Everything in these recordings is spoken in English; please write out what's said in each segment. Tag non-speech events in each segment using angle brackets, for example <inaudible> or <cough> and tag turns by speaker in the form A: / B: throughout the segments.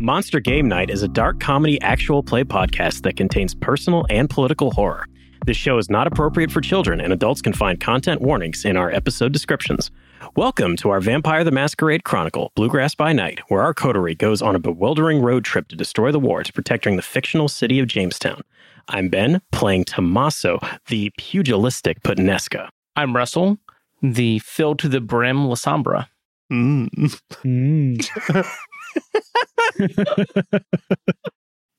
A: Monster Game Night is a dark comedy actual play podcast that contains personal and political horror. This show is not appropriate for children, and adults can find content warnings in our episode descriptions. Welcome to our Vampire the Masquerade Chronicle, Bluegrass by Night, where our coterie goes on a bewildering road trip to destroy the war to protecting the fictional city of Jamestown. I'm Ben, playing Tommaso, the pugilistic Putnesca.
B: I'm Russell, the filled to the brim Lasombra.
C: <laughs>
D: Mm,
E: Mm.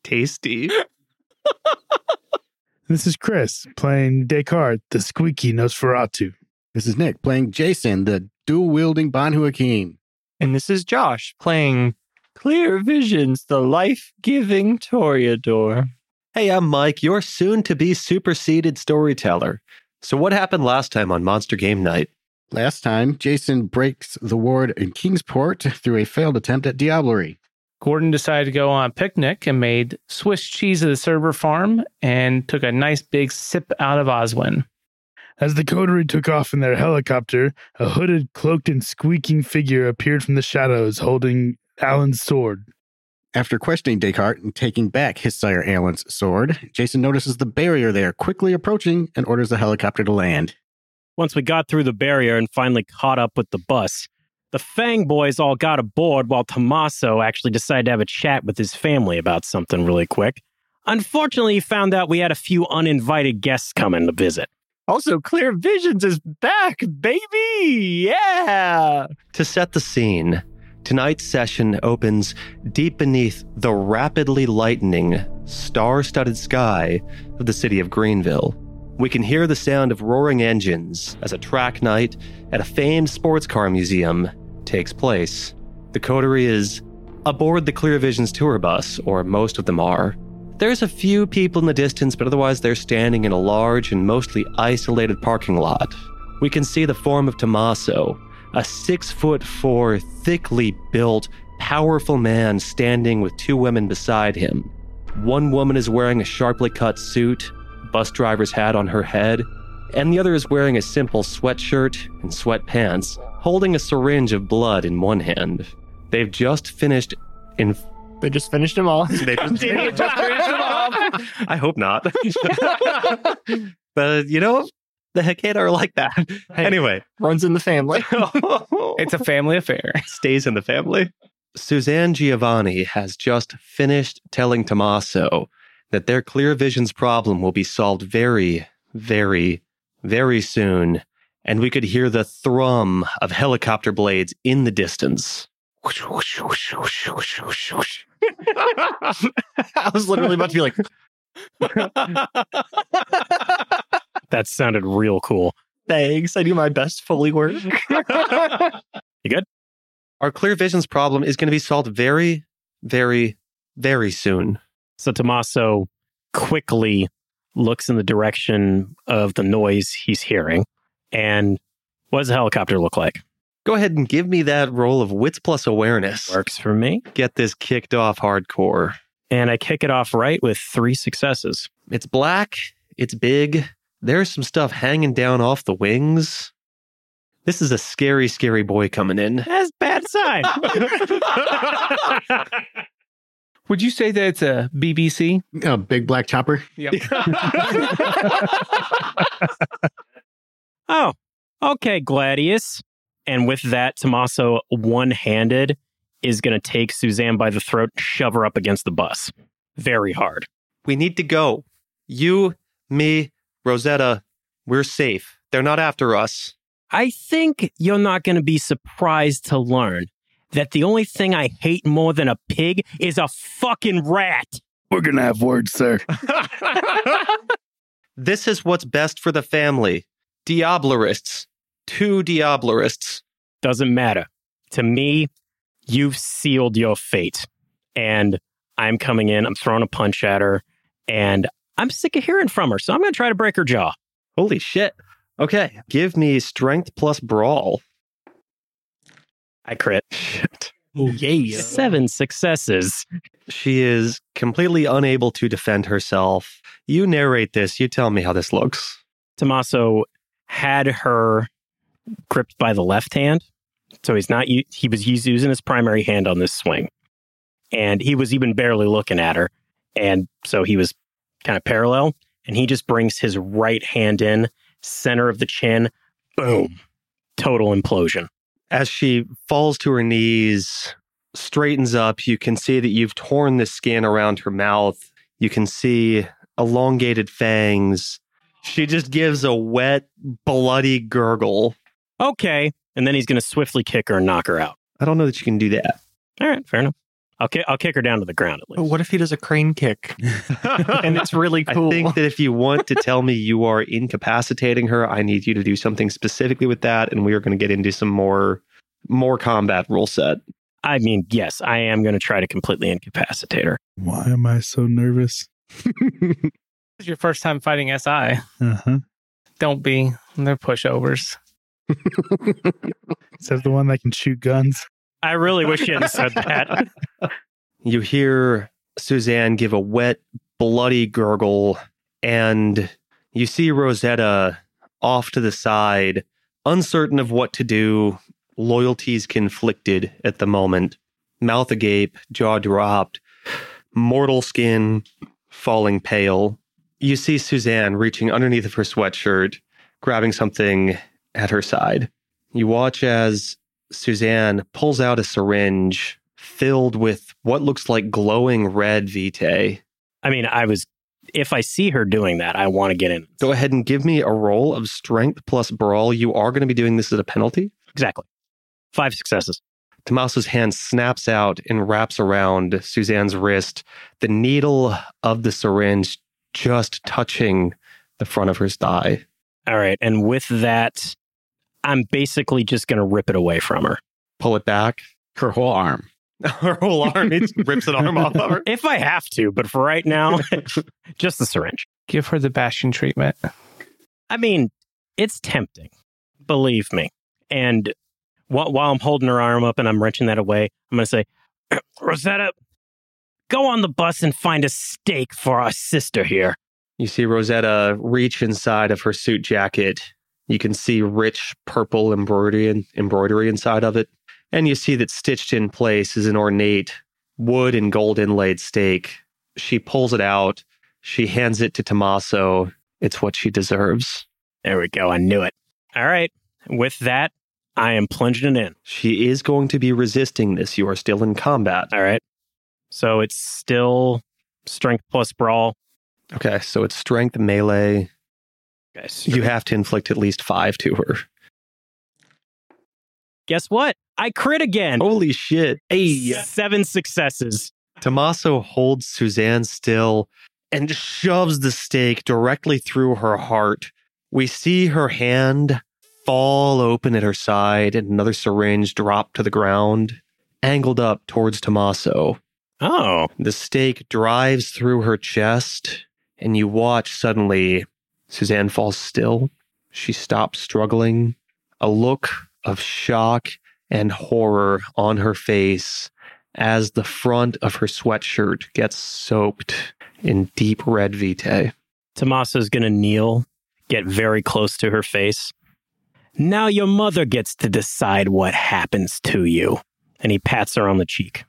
D: tasty.
E: This is Chris playing Descartes, the squeaky Nosferatu.
F: This is Nick playing Jason, the dual wielding Banhu Akeem.
G: And this is Josh playing Clear Visions, the life giving Toreador.
C: Hey, I'm Mike, your soon to be superseded storyteller. So, what happened last time on Monster Game Night?
F: Last time, Jason breaks the ward in Kingsport through a failed attempt at diablerie.
B: Gordon decided to go on a picnic and made Swiss cheese at the server farm and took a nice big sip out of Oswin.
E: As the coterie took off in their helicopter, a hooded, cloaked, and squeaking figure appeared from the shadows holding Alan's sword.
F: After questioning Descartes and taking back his sire Alan's sword, Jason notices the barrier there quickly approaching and orders the helicopter to land.
A: Once we got through the barrier and finally caught up with the bus, the Fang boys all got aboard while Tommaso actually decided to have a chat with his family about something really quick. Unfortunately, he found out we had a few uninvited guests coming to visit.
G: Also, Clear Visions is back, baby! Yeah!
C: To set the scene, tonight's session opens deep beneath the rapidly lightening, star studded sky of the city of Greenville. We can hear the sound of roaring engines as a track night at a famed sports car museum takes place. The coterie is aboard the Clear Visions tour bus, or most of them are. There's a few people in the distance, but otherwise they're standing in a large and mostly isolated parking lot. We can see the form of Tommaso, a six foot four, thickly built, powerful man standing with two women beside him. One woman is wearing a sharply cut suit, bus driver's hat on her head, and the other is wearing a simple sweatshirt and sweatpants, holding a syringe of blood in one hand. They've just finished in.
G: They just finished them all.
C: <laughs> They just- <laughs> I hope not. <laughs> but you know, the Hecata are like that.
G: Hey.
C: Anyway,
G: Runs in the
C: <laughs>
G: family.
B: It's a family affair.
C: stays in the family. Suzanne Giovanni has just finished telling Tommaso that their clear vision's problem will be solved very, very, very soon. And we could hear the thrum of helicopter blades in the distance.
G: <laughs> I was literally about to be like, <laughs>
A: That sounded real cool.
G: thanks. I do my best fully work.
C: Our clear vision's problem is going to be solved very, very, very soon.
A: So Tommaso quickly looks in the direction of the noise he's hearing. And what does the helicopter look like?
C: Go ahead and give me that roll of wits plus awareness.
A: Works for me.
C: Get this kicked off hardcore.
A: And I kick it off right with three successes.
C: It's black. It's big. There's some stuff hanging down off the wings. This is a scary, scary boy coming in.
A: That's bad sign.
B: <laughs> Would you say that it's a BBC?
F: A big black chopper.
B: <laughs> Yep.
A: Oh, okay, Gladius. And with that, Tommaso, one handed, is going to take Suzanne by the throat, and shove her up against the bus very hard.
C: We need to go. You, me, Rosetta, we're safe. They're not after us.
A: I think you're not going to be surprised to learn that the only thing I hate more than a pig is a fucking rat.
E: We're gonna have words, sir.
C: This is what's best for the family. Diablerists. Two Diablerists.
A: Doesn't matter. To me, you've sealed your fate. And I'm coming in, I'm throwing a punch at her, and I'm sick of hearing from her. So I'm going to try to break her jaw.
C: Holy shit. Okay. Give me strength plus brawl.
A: I crit.
C: Shit.
E: yeah.
A: Seven successes.
C: She is completely unable to defend herself. You narrate this. You tell me how this looks.
A: Tommaso had her gripped by the left hand. So he's not, u- he was using his primary hand on this swing. and he was even barely looking at her. And so he was kind of parallel, and he just brings his right hand in, center of the chin, boom, total implosion.
C: As she falls to her knees, straightens up, you can see that you've torn the skin around her mouth. You can see elongated fangs. She just gives a wet, bloody gurgle.
A: Okay. And then he's going to swiftly kick her and knock her out.
C: I don't know that you can do that.
A: All right, fair enough. I'll, ki- I'll kick her down to the ground at
G: But
A: least.
G: what if he does a crane kick? and it's really
C: I
G: cool.
C: think that if you want to tell me you are incapacitating her, I need you to do something specifically with that, and we are going to get into some more more combat rule set.
A: I mean, yes, I am going to try to completely incapacitate her.
E: Why am I so nervous?
B: This is your first time fighting SI.
E: Uh huh.
B: Don't be. They're pushovers.
E: Is that the one that can shoot guns?
A: I really wish you hadn't said that.
C: You hear Suzanne give a wet, bloody gurgle, and you see Rosetta off to the side, uncertain of what to do, loyalties conflicted at the moment, mouth agape, jaw dropped, mortal skin falling pale. You see Suzanne reaching underneath of her sweatshirt, grabbing something at her side. You watch as Suzanne pulls out a syringe filled with what looks like glowing red vitae.
A: I mean, I was, if I see her doing that, I want to get in.
C: Go ahead and give me a roll of strength plus brawl. You are going to be doing this as a penalty.
A: Exactly. Five successes.
C: Tomaso's hand snaps out and wraps around Suzanne's wrist, the needle of the syringe just touching the front of her thigh.
A: All right. And with that, I'm basically just going to rip it away from her.
C: Pull it back.
F: Her whole arm.
C: <laughs> her whole arm it rips an arm off of her.
A: If I have to, but for right now, just the syringe.
B: Give her the bastion treatment.
A: I mean, it's tempting, believe me. And while, while I'm holding her arm up and I'm wrenching that away, I'm going to say, <clears throat> Rosetta, go on the bus and find a steak for our sister here.
C: You see Rosetta reach inside of her suit jacket. You can see rich purple embroidery and embroidery inside of it. And you see that stitched in place is an ornate wood and gold inlaid stake. She pulls it out. She hands it to Tommaso. It's what she deserves.
A: There we go. I knew it. All right. With that, I am plunging it in.
C: She is going to be resisting this. You are still in combat.
A: All right. So it's still strength plus brawl.
C: Okay, so it's strength melee.
A: Guys,
C: You have to inflict at least five to her.
A: guess what? I crit again.
C: Holy shit. Oh, Hey.
A: Seven successes.
C: Tommaso holds Suzanne still and shoves the stake directly through her heart. We see her hand fall open at her side and another syringe drop to the ground, angled up towards Tommaso.
A: Oh,
C: The stake drives through her chest, and you watch suddenly Suzanne falls still. She stops struggling, a look of shock and horror on her face as the front of her sweatshirt gets soaked in deep red vitae.
A: Tommaso's going to kneel, get very close to her face. Now your mother gets to decide what happens to you. And he pats her on the cheek.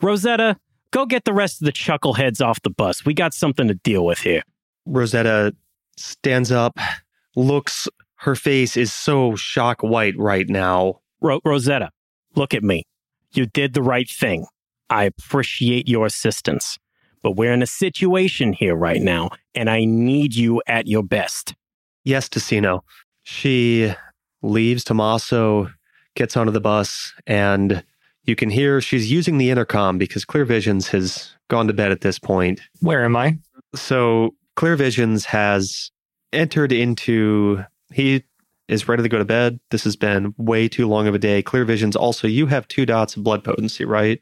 A: Rosetta, go get the rest of the chuckleheads off the bus. We got something to deal with here.
C: Rosetta stands up, looks, her face is so shock white right now.
A: Ro- Rosetta, look at me. You did the right thing. I appreciate your assistance, but we're in a situation here right now, and I need you at your best.
C: Yes, Tessino. She leaves Tommaso, gets onto the bus, and you can hear she's using the intercom because Clear Visions has gone to bed at this point.
G: Where am I?
C: So Clear Visions has entered into he is ready to go to bed. This has been way too long of a day. Clear Visions also you have two dots of blood potency, right?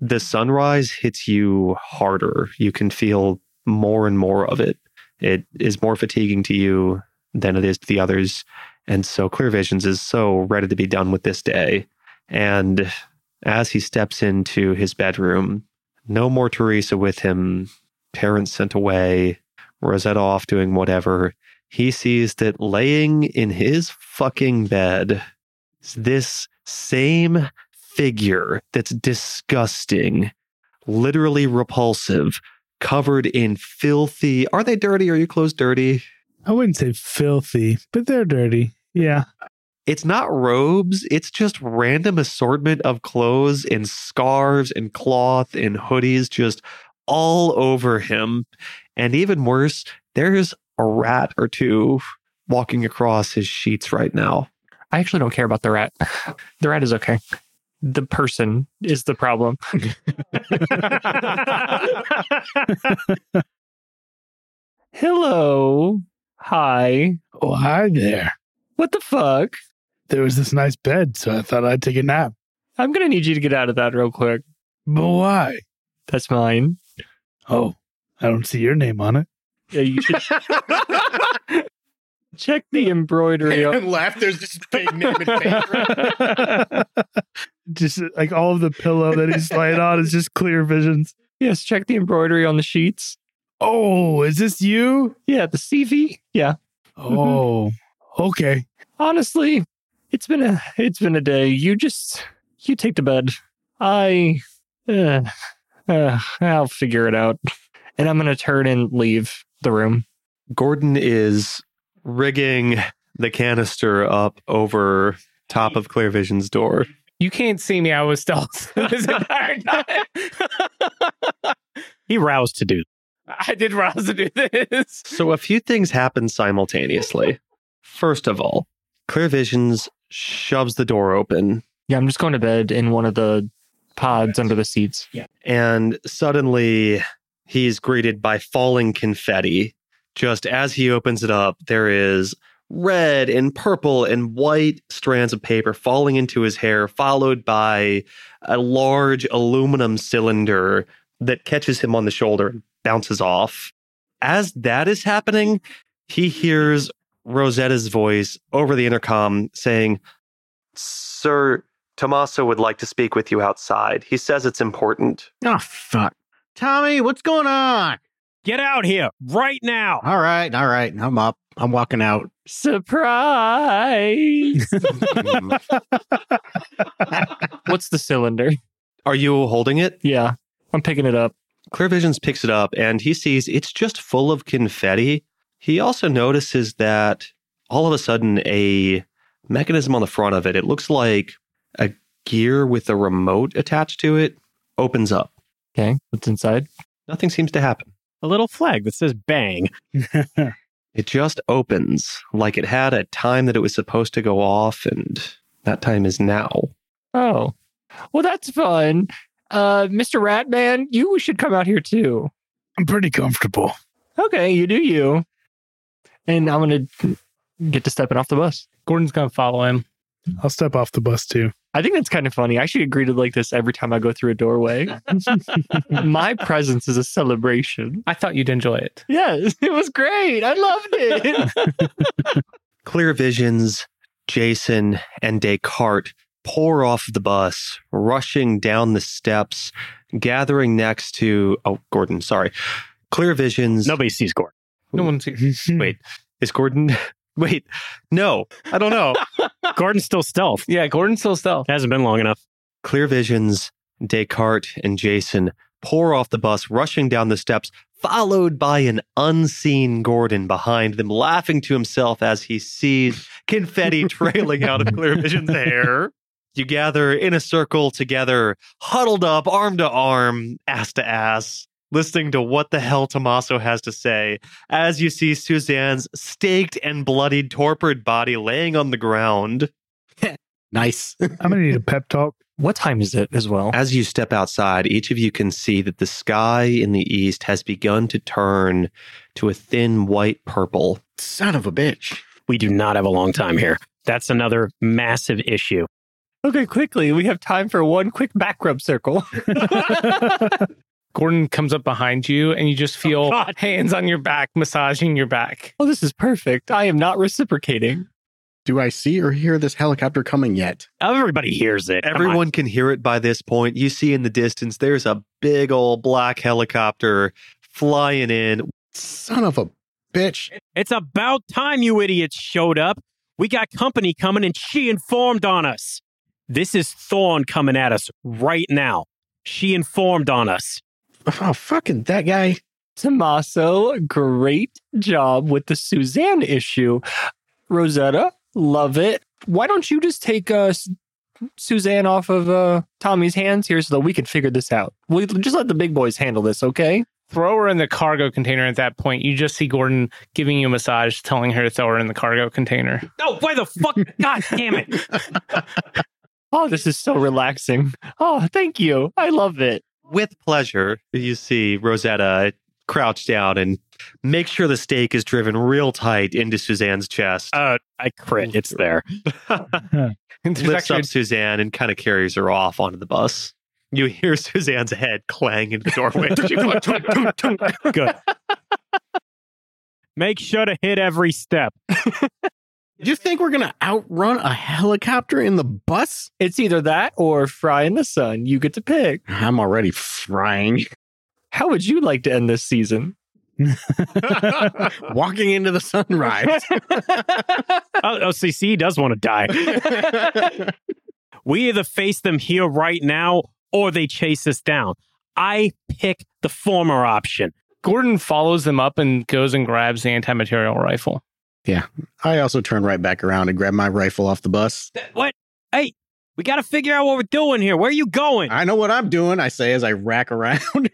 C: The sunrise hits you harder. You can feel more and more of it. It is more fatiguing to you than it is to the others. And so Clear Visions is so ready to be done with this day. And as he steps into his bedroom, no more Teresa with him parents sent away, Rosetta off doing whatever, he sees that laying in his fucking bed is this same figure that's disgusting, literally repulsive, covered in filthy. Are they dirty? Are your clothes dirty?
E: I wouldn't say filthy, but they're dirty. Yeah.
C: It's not robes, it's just random assortment of clothes and scarves and cloth and hoodies just all over him. And even worse, there's a rat or two walking across his sheets right now.
G: I actually don't care about the rat. The rat is okay. The person is the problem. Hello. Hi.
E: Oh, hi there.
G: What the fuck?
E: There was this nice bed, so I thought I'd take a nap.
G: I'm going to need you to get out of that real quick.
E: But why?
G: That's mine.
E: Oh, I don't see your name on it.
G: Yeah, you should check the embroidery. on-
F: <laughs> and laugh. There's just big name and
G: <laughs>
F: face.
E: <laughs> just like all of the pillow that he's laying on is just clear visions.
G: yes, check the embroidery on the sheets.
E: Oh, is this you?
G: Yeah, the CV. Yeah.
E: Oh, okay.
G: Honestly, it's been a it's been a day. You just you take to bed. I uh, uh, I'll figure it out. And I'm going to turn and leave the room.
C: Gordon is rigging the canister up over top of Clear Vision's door.
B: You can't see me. <laughs> I was stealth this entire time.
A: He roused to do that.
B: <laughs> I did rouse to do this.
C: So a few things happen simultaneously. First of all, Clear Visions shoves the door open
G: Yeah, I'm just going to bed in one of the pods under the seats.
C: and suddenly he's greeted by falling confetti. Just as he opens it up, there is red and purple and white strands of paper falling into his hair, followed by a large aluminum cylinder that catches him on the shoulder and bounces off. As that is happening, he hears Rosetta's voice over the intercom saying, Sir, Tommaso would like to speak with you outside. He says it's important.
F: Oh fuck. Tommy, what's going on?
A: Get out here right now.
F: All right, all right. I'm up. I'm walking out.
G: Surprise!
F: Mm.
G: What's the cylinder?
C: Are you holding it?
G: Yeah, I'm picking it up.
C: Clear Visions picks it up and he sees it's just full of confetti. He also notices that all of a sudden a mechanism on the front of it, it looks like a gear with a remote attached to it, opens up.
G: Okay, what's inside?
C: Nothing seems to happen.
A: A little flag that says bang.
C: It just opens like it had a time that it was supposed to go off, and that time is now.
G: Oh, well, that's fun. Uh, Mr. Ratman, you should come out here too.
E: I'm pretty comfortable.
G: Okay, you do you. And I'm gonna get to stepping off the bus.
B: Gordon's gonna follow him.
E: I'll step off the bus too.
G: I think that's kind of funny. I should agree to like this every time I go through a <laughs> doorway. My presence is a celebration.
B: I thought you'd enjoy it.
G: Yes, it was great. I loved it.
C: Clear Visions, Jason, and Descartes pour off the bus, rushing down the steps, gathering next to oh Gordon, sorry. Clear
A: <laughs>
C: Visions.
A: Nobody sees Gordon.
B: No one sees.
C: <laughs> Wait. is Gordon. <laughs> Wait, no, I don't know.
A: Gordon's still stealth.
B: Yeah, Gordon's still stealth.
A: Hasn't been long enough.
C: Clear Visions, Descartes, and Jason pour off the bus, rushing down the steps, followed by an unseen Gordon behind them, laughing to himself as he sees confetti trailing out of Clear Vision's hair. You gather in a circle together, huddled up, arm to arm, ass to ass, listening to what the hell Tommaso has to say as you see Suzanne's staked and bloodied, torpid body laying on the ground.
F: nice. <laughs>
E: I'm gonna need a pep talk.
G: <laughs> what time is it as well?
C: As you step outside, each of you can see that the sky in the east has begun to turn to a thin white purple.
F: Son of a bitch.
A: We do not have a long time here. That's another massive issue.
G: Okay, quickly. We have time for one quick back rub circle.
B: Gordon comes up behind you, and you just feel
A: God.
B: hands on your back, massaging your back.
G: oh, this is perfect. I am not reciprocating.
F: Do I see or hear this helicopter coming yet?
A: Everybody hears it. Come on.
C: Everyone can hear it by this point. You see in the distance, there's a big old black helicopter flying in.
F: Son of a bitch.
A: It's about time you idiots showed up. We got company coming and she informed on us. This is Thorn coming at us right now. She informed on us.
F: Oh, fucking that guy.
G: Tommaso, great job with the Suzanne issue. Rosetta, love it. Why don't you just take uh, S- Suzanne off of uh, Tommy's hands here so that we can figure this out? We just let the big boys handle this, okay?
B: Throw her in the cargo container at that point. You just see Gordon giving you a massage, telling her to throw her in the cargo container. <laughs>
A: No, why the <laughs> fuck? God damn it.
G: Oh, this is so relaxing. Oh, thank you. I love it.
C: With pleasure, you see Rosetta crouch down and make sure the stake is driven real tight into Suzanne's chest.
A: Uh, I crit. It's there.
B: There's
C: lifts
B: actually-
C: up Suzanne and kind of carries her off onto the bus. You hear <laughs> Suzanne's head clang into the doorway. She goes, "Tunk, tunk, tunk."
A: Good. Make sure to hit every step.
F: You think we're gonna outrun a helicopter in the bus?
G: It's either that or fry in the sun. You get to pick.
F: I'm already frying. <laughs>
G: How would you like to end this season?
F: Walking into the sunrise. <laughs>
A: Oh, OCC does want to die. We either face them here right now or they chase us down. I pick the former option.
B: Gordon follows them up and goes and grabs the anti-material rifle.
F: I also turn right back around and grab my rifle off the bus.
A: What? Hey, we got to figure out what we're doing here. Where are you going?
F: I know what I'm doing, I say as I rack around. <laughs>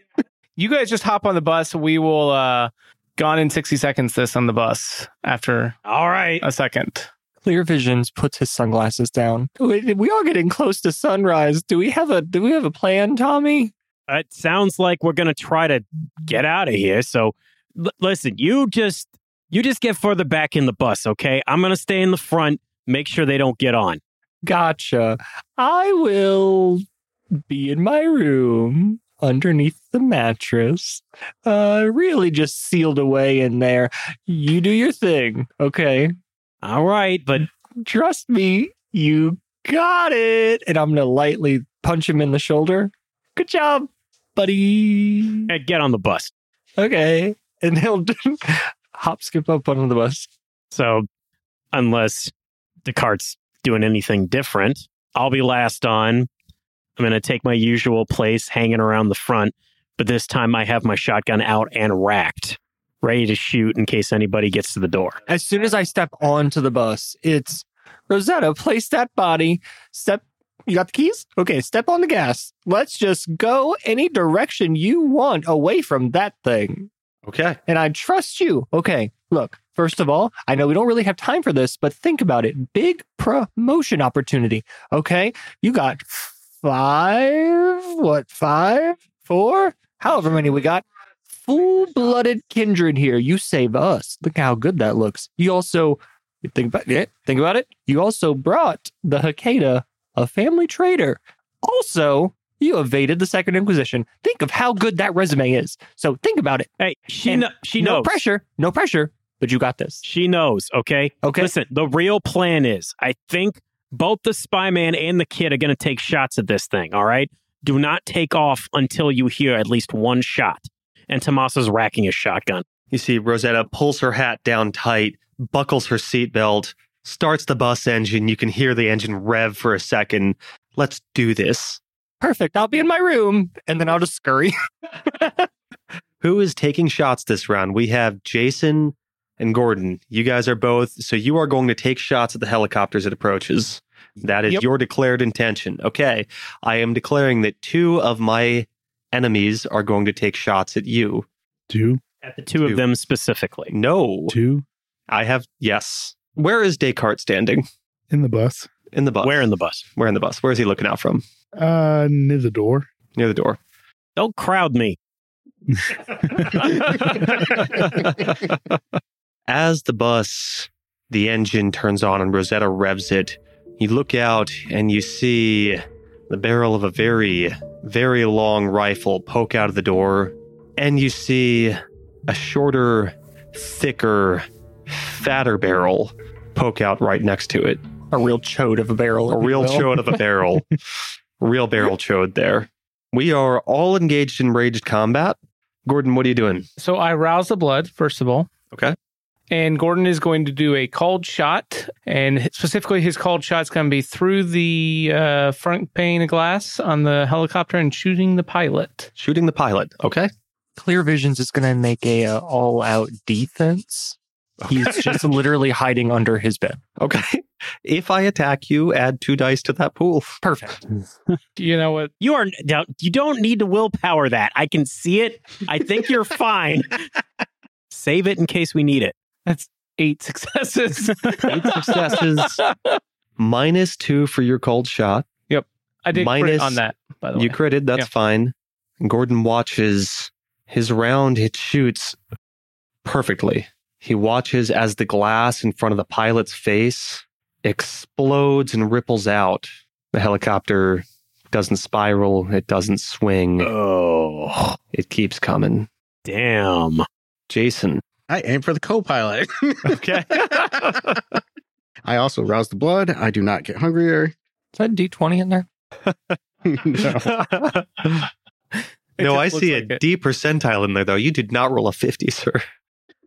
B: You guys just hop on the bus. We will uh gone in 60 seconds this on the bus after
A: All right.
B: a second.
G: Clear Visions puts his sunglasses down. We, we are getting close to sunrise. Do we have a do we have a plan, Tommy?
A: It sounds like we're going to try to get out of here. So l- listen, you just you just get further back in the bus, okay? I'm going to stay in the front, make sure they don't get on.
G: Gotcha. I will be in my room underneath the mattress. Uh really just sealed away in there. You do your thing, okay?
A: All right, but
G: Trust me, you got it. And I'm gonna lightly punch him in the shoulder. Good job, buddy.
A: eh, get on the bus.
G: Okay. And he'll <laughs> hop skip up onto the bus.
A: So unless Descartes doing anything different, I'll be last on. I'm going to take my usual place hanging around the front, but this time I have my shotgun out and racked, ready to shoot in case anybody gets to the door.
G: As soon as I step onto the bus, it's Rosetta, place that body. Step, you got the keys? Okay, step on the gas. Let's just go any direction you want away from that thing.
C: okay.
G: And I trust you. Okay, look, first of all, I know we don't really have time for this, but think about it. Big promotion opportunity. Okay, you got five, what, five, four, however many we got. Full blooded kindred here. You save us. Look how good that looks. You also you think about it. Think about it. You also brought the Hakeda, a family traitor. Also, you evaded the Second Inquisition. Think of how good that resume is. So think about it
A: Hey, she
G: And
A: kno- she
G: no
A: knows.
G: pressure, no pressure, but you got this.
A: She knows, okay?
G: Okay.
A: Listen, the real plan is I think both the spy man and the kid are going to take shots at this thing, all right? Do not take off until you hear at least one shot. And Tommaso's racking his shotgun.
C: You see Rosetta pulls her hat down tight, buckles her seatbelt, starts the bus engine. You can hear the engine rev for a second. Let's do this.
G: Perfect. I'll be in my room and then I'll just scurry. <laughs>
C: Who is taking shots this round? We have Jason and Gordon. You guys are both, so you are going to take shots at the helicopter as it approaches. That is
G: Yep.
C: your declared intention. Okay. I am declaring that two of my enemies are going to take shots at you.
E: Two,
A: At the two
C: Two.
A: of them specifically.
C: No,
E: two
C: I have, yes. Where is Descartes standing?
E: in the bus.
C: In the bus.
A: Where in the bus?
C: Where in the bus? Where is he looking out from?
E: Uh, near the door.
C: Near the door.
A: Don't crowd me.
C: As the bus, the engine turns on and Rosetta revs it, you look out and you see the barrel of a very, very long rifle poke out of the door. And you see a shorter, thicker, fatter barrel poke out right next to it.
G: A real chode of a barrel.
C: A
G: if you
C: real
G: will.
C: chode of a barrel. real barrel chode there. We are all engaged in raged combat. Gordon, what are you doing?
B: So I rouse the blood, first of all.
C: Okay.
B: And Gordon is going to do a called shot. And specifically, his called shot's going to be through the uh, front pane of glass on the helicopter and shooting the pilot.
C: Shooting the pilot. Okay.
G: Clear Visions is going to make a uh, all-out defense. He's just literally hiding under his bed.
C: Okay. If I attack you, add two dice to that pool.
G: Perfect.
B: You know what?
A: You are now, you don't need to willpower that. I can see it. I think you're fine. Save it in case we need it.
B: Eight successes.
C: Eight successes. Minus two for your cold shot.
B: I did crit
C: Minus-
B: on that, by the way.
C: You critted. That's
B: Yeah.
C: fine. Gordon watches his round. It shoots perfectly. He watches as the glass in front of the pilot's face explodes and ripples out. The helicopter doesn't spiral. It doesn't swing.
A: Oh,
C: It keeps coming.
A: damn.
C: Jason.
F: I aim for the co pilot.
C: <laughs> Okay.
F: <laughs> I also rouse the blood. I do not get hungrier. <laughs>
G: Is that D twenty in there?
F: No.
B: It
C: no,
B: just
C: I
B: looks
C: see
B: like
C: a
B: it.
C: D percentile in there, though. You did not roll a
B: <laughs>
C: 50, <laughs> sir.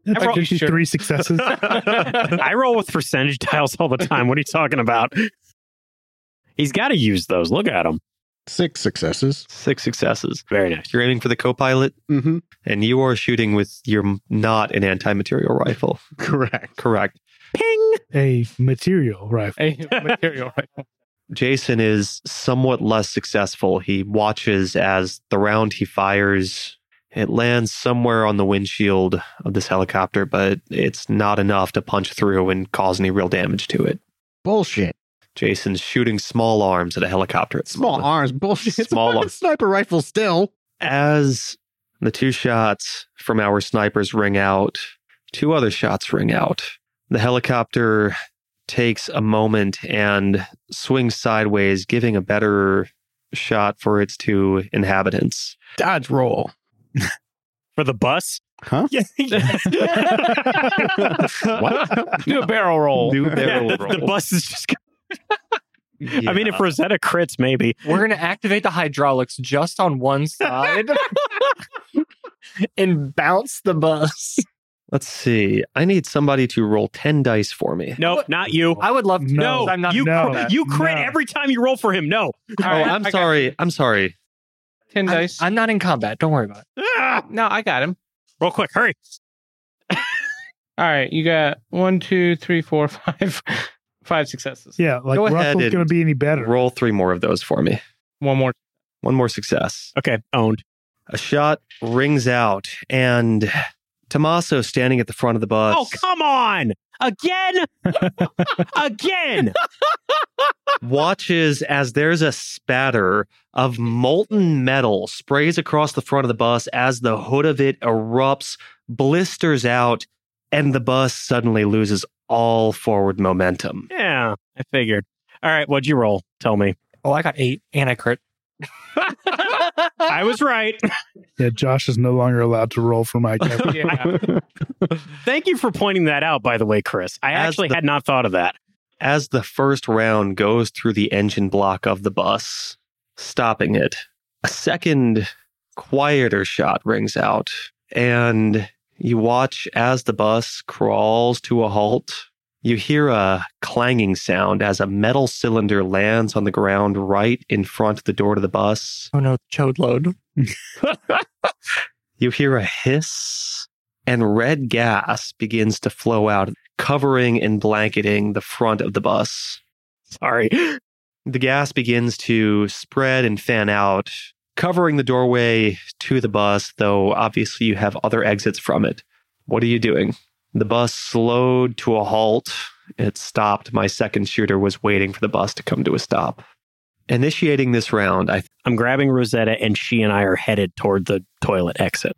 E: That
B: Everyone-
E: gives you
B: sure.
E: three
C: <laughs>
E: successes.
A: I roll with percentage tiles all the time. What are you talking about? He's got to use those. Look at him.
F: Six successes.
C: Six successes.
A: Very nice.
C: You're aiming for the co pilot,
F: Mm-hmm.
C: and you are shooting with your not an anti material rifle.
F: Correct.
C: Correct.
A: Ping.
E: a material rifle.
B: A <laughs> material rifle.
C: Jason is somewhat less successful. He watches as the round he fires it lands somewhere on the windshield of this helicopter, but it's not enough to punch through and cause any real damage to it.
F: Bullshit.
C: Jason's shooting small arms at a helicopter. at the
F: Small
C: moment.
F: arms. Bullshit. <laughs> It's
C: Small
F: a fucking
C: arms.
F: sniper rifle still.
C: as the two shots from our snipers ring out, two other shots ring out. The helicopter takes a moment and swings sideways, giving a better shot for its two inhabitants.
F: Dodge roll.
A: For the bus? <laughs>
F: Huh?
C: What?
B: Do a barrel roll.
C: New barrel
A: Yeah, Oh. <laughs> the,
C: roll.
A: the bus is just.
C: Yeah.
A: I mean, if Rosetta crits, maybe.
G: We're going to activate the hydraulics just on one side <laughs> and bounce the bus.
C: let's see, I need somebody to roll ten dice for me.
A: No, not you.
G: I would love to.
A: No,
E: No,
G: I'm not.
A: you
E: no,
A: cr- you crit
E: no.
A: every time you roll for him. No.
C: <laughs> oh, I'm sorry. I'm sorry.
B: Ten
G: I'm,
B: dice.
G: I'm not in combat. Don't worry about it.
A: Ah!
B: no, I got him.
A: Roll quick. Hurry.
B: All right, you got one, two, three, four, <laughs> five, five successes.
E: Yeah, like
C: Go ahead
E: Russell's
C: and
E: going to be any better.
C: Roll three more of those for me.
B: One more. <laughs>
C: One more success.
A: Okay. Owned.
C: A shot rings out, and Tommaso standing at the front of the bus.
A: Oh, come on. Again? <laughs> Again.
C: watches as there's a spatter of molten metal sprays across the front of the bus as the hood of it erupts, blisters out, and the bus suddenly loses all forward momentum.
A: Yeah, I figured. All right. What'd you roll? Tell me.
G: Oh, I got eight and I crit.
A: I was right.
E: Yeah, Josh is no longer allowed to roll for
C: <laughs>
E: my cap.
B: Yeah.
A: Thank you for pointing that out, by the way, Chris. I
C: As
A: actually
C: the-
A: had not thought of that.
C: As the first round goes through the engine block of the bus, stopping it, a second quieter shot rings out, and you watch as the bus crawls to a halt. You hear a clanging sound as a metal cylinder lands on the ground right in front of the door to the bus.
G: Oh no, chode load.
C: You hear a hiss, and red gas begins to flow out, covering and blanketing the front of the bus.
A: Sorry.
C: The gas begins to spread and fan out, covering the doorway to the bus, though obviously you have other exits from it. What are you doing? The bus slowed to a halt. It stopped. My second shooter was waiting for the bus to come to a stop. Initiating this round, I
A: I'm grabbing Rosetta, and she and I are headed toward the toilet exit.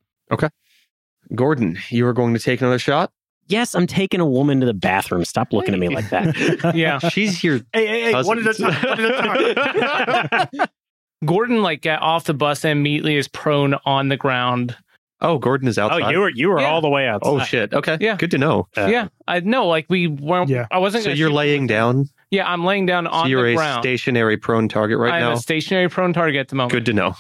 C: Gordon, you are going to take
B: <laughs>
C: another shot.
A: Yes, I'm taking a woman to the bathroom. Stop looking at me like that.
B: yeah.
C: She's your
A: <laughs> hey, hey,
C: cousin.
B: Gordon like got off the bus and immediately is prone on the ground.
C: oh, Gordon is
A: Oh,
C: outside.
A: you were you were
B: Yeah.
A: all the way outside.
C: oh shit. Okay.
B: Yeah.
C: Good to know.
A: Uh,
B: yeah, I know. Like we weren't.
E: Yeah.
B: I wasn't.
C: So
B: gonna
C: you're
B: shoot-
C: laying down.
B: Yeah, I'm laying down
C: so
B: on
C: you're
B: the
C: a
B: ground.
C: stationary prone target right
B: I'm
C: now.
B: a stationary prone target at the moment.
C: Good to know.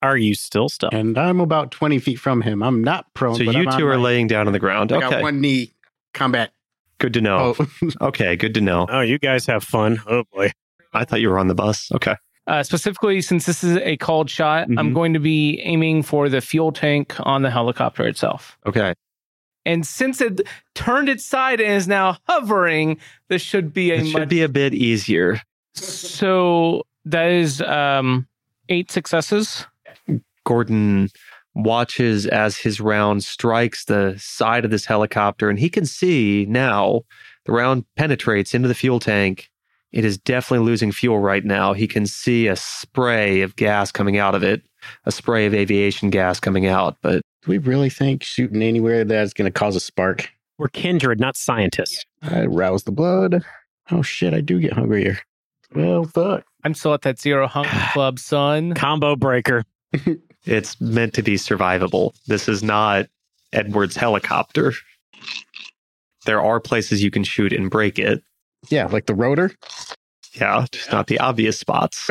A: Are you still stuck?
F: And I'm about 20 feet from him. I'm not prone.
C: So
F: but
C: you
F: I'm
C: two
F: on
C: are
F: my-
C: laying down on the ground.
F: I got
C: Okay.
F: one knee combat. Oh.
C: Good to know.
F: <laughs>
C: Okay, good to know.
A: Oh, you guys have fun. Oh boy.
C: I thought you were on the bus. Okay.
B: Uh, specifically, since this is a called shot, I'm
C: Mhm.
B: going to be aiming for the fuel tank on the helicopter itself.
C: Okay.
B: And since it turned its side and is now hovering, this should be a
C: It
B: much
C: should be a bit easier.
B: So that is um eight successes.
C: Gordon watches as his round strikes the side of this helicopter, and he can see now the round penetrates into the fuel tank. It is definitely losing fuel right now. He can see a spray of gas coming out of it, a spray of aviation gas coming out. But
F: Do we really think shooting anywhere that's going to cause a spark?
A: We're kindred, not scientists.
F: I rouse the blood. Oh shit, I do get hungrier. Well, fuck.
B: I'm still at that zero
C: <sighs>
B: hunger club,
C: <laughs>
B: son.
A: Combo breaker.
C: it's meant to be survivable. This is not Edward's helicopter. There are places you can shoot and break it.
F: Yeah, like the rotor.
C: Yeah, just not the obvious spots.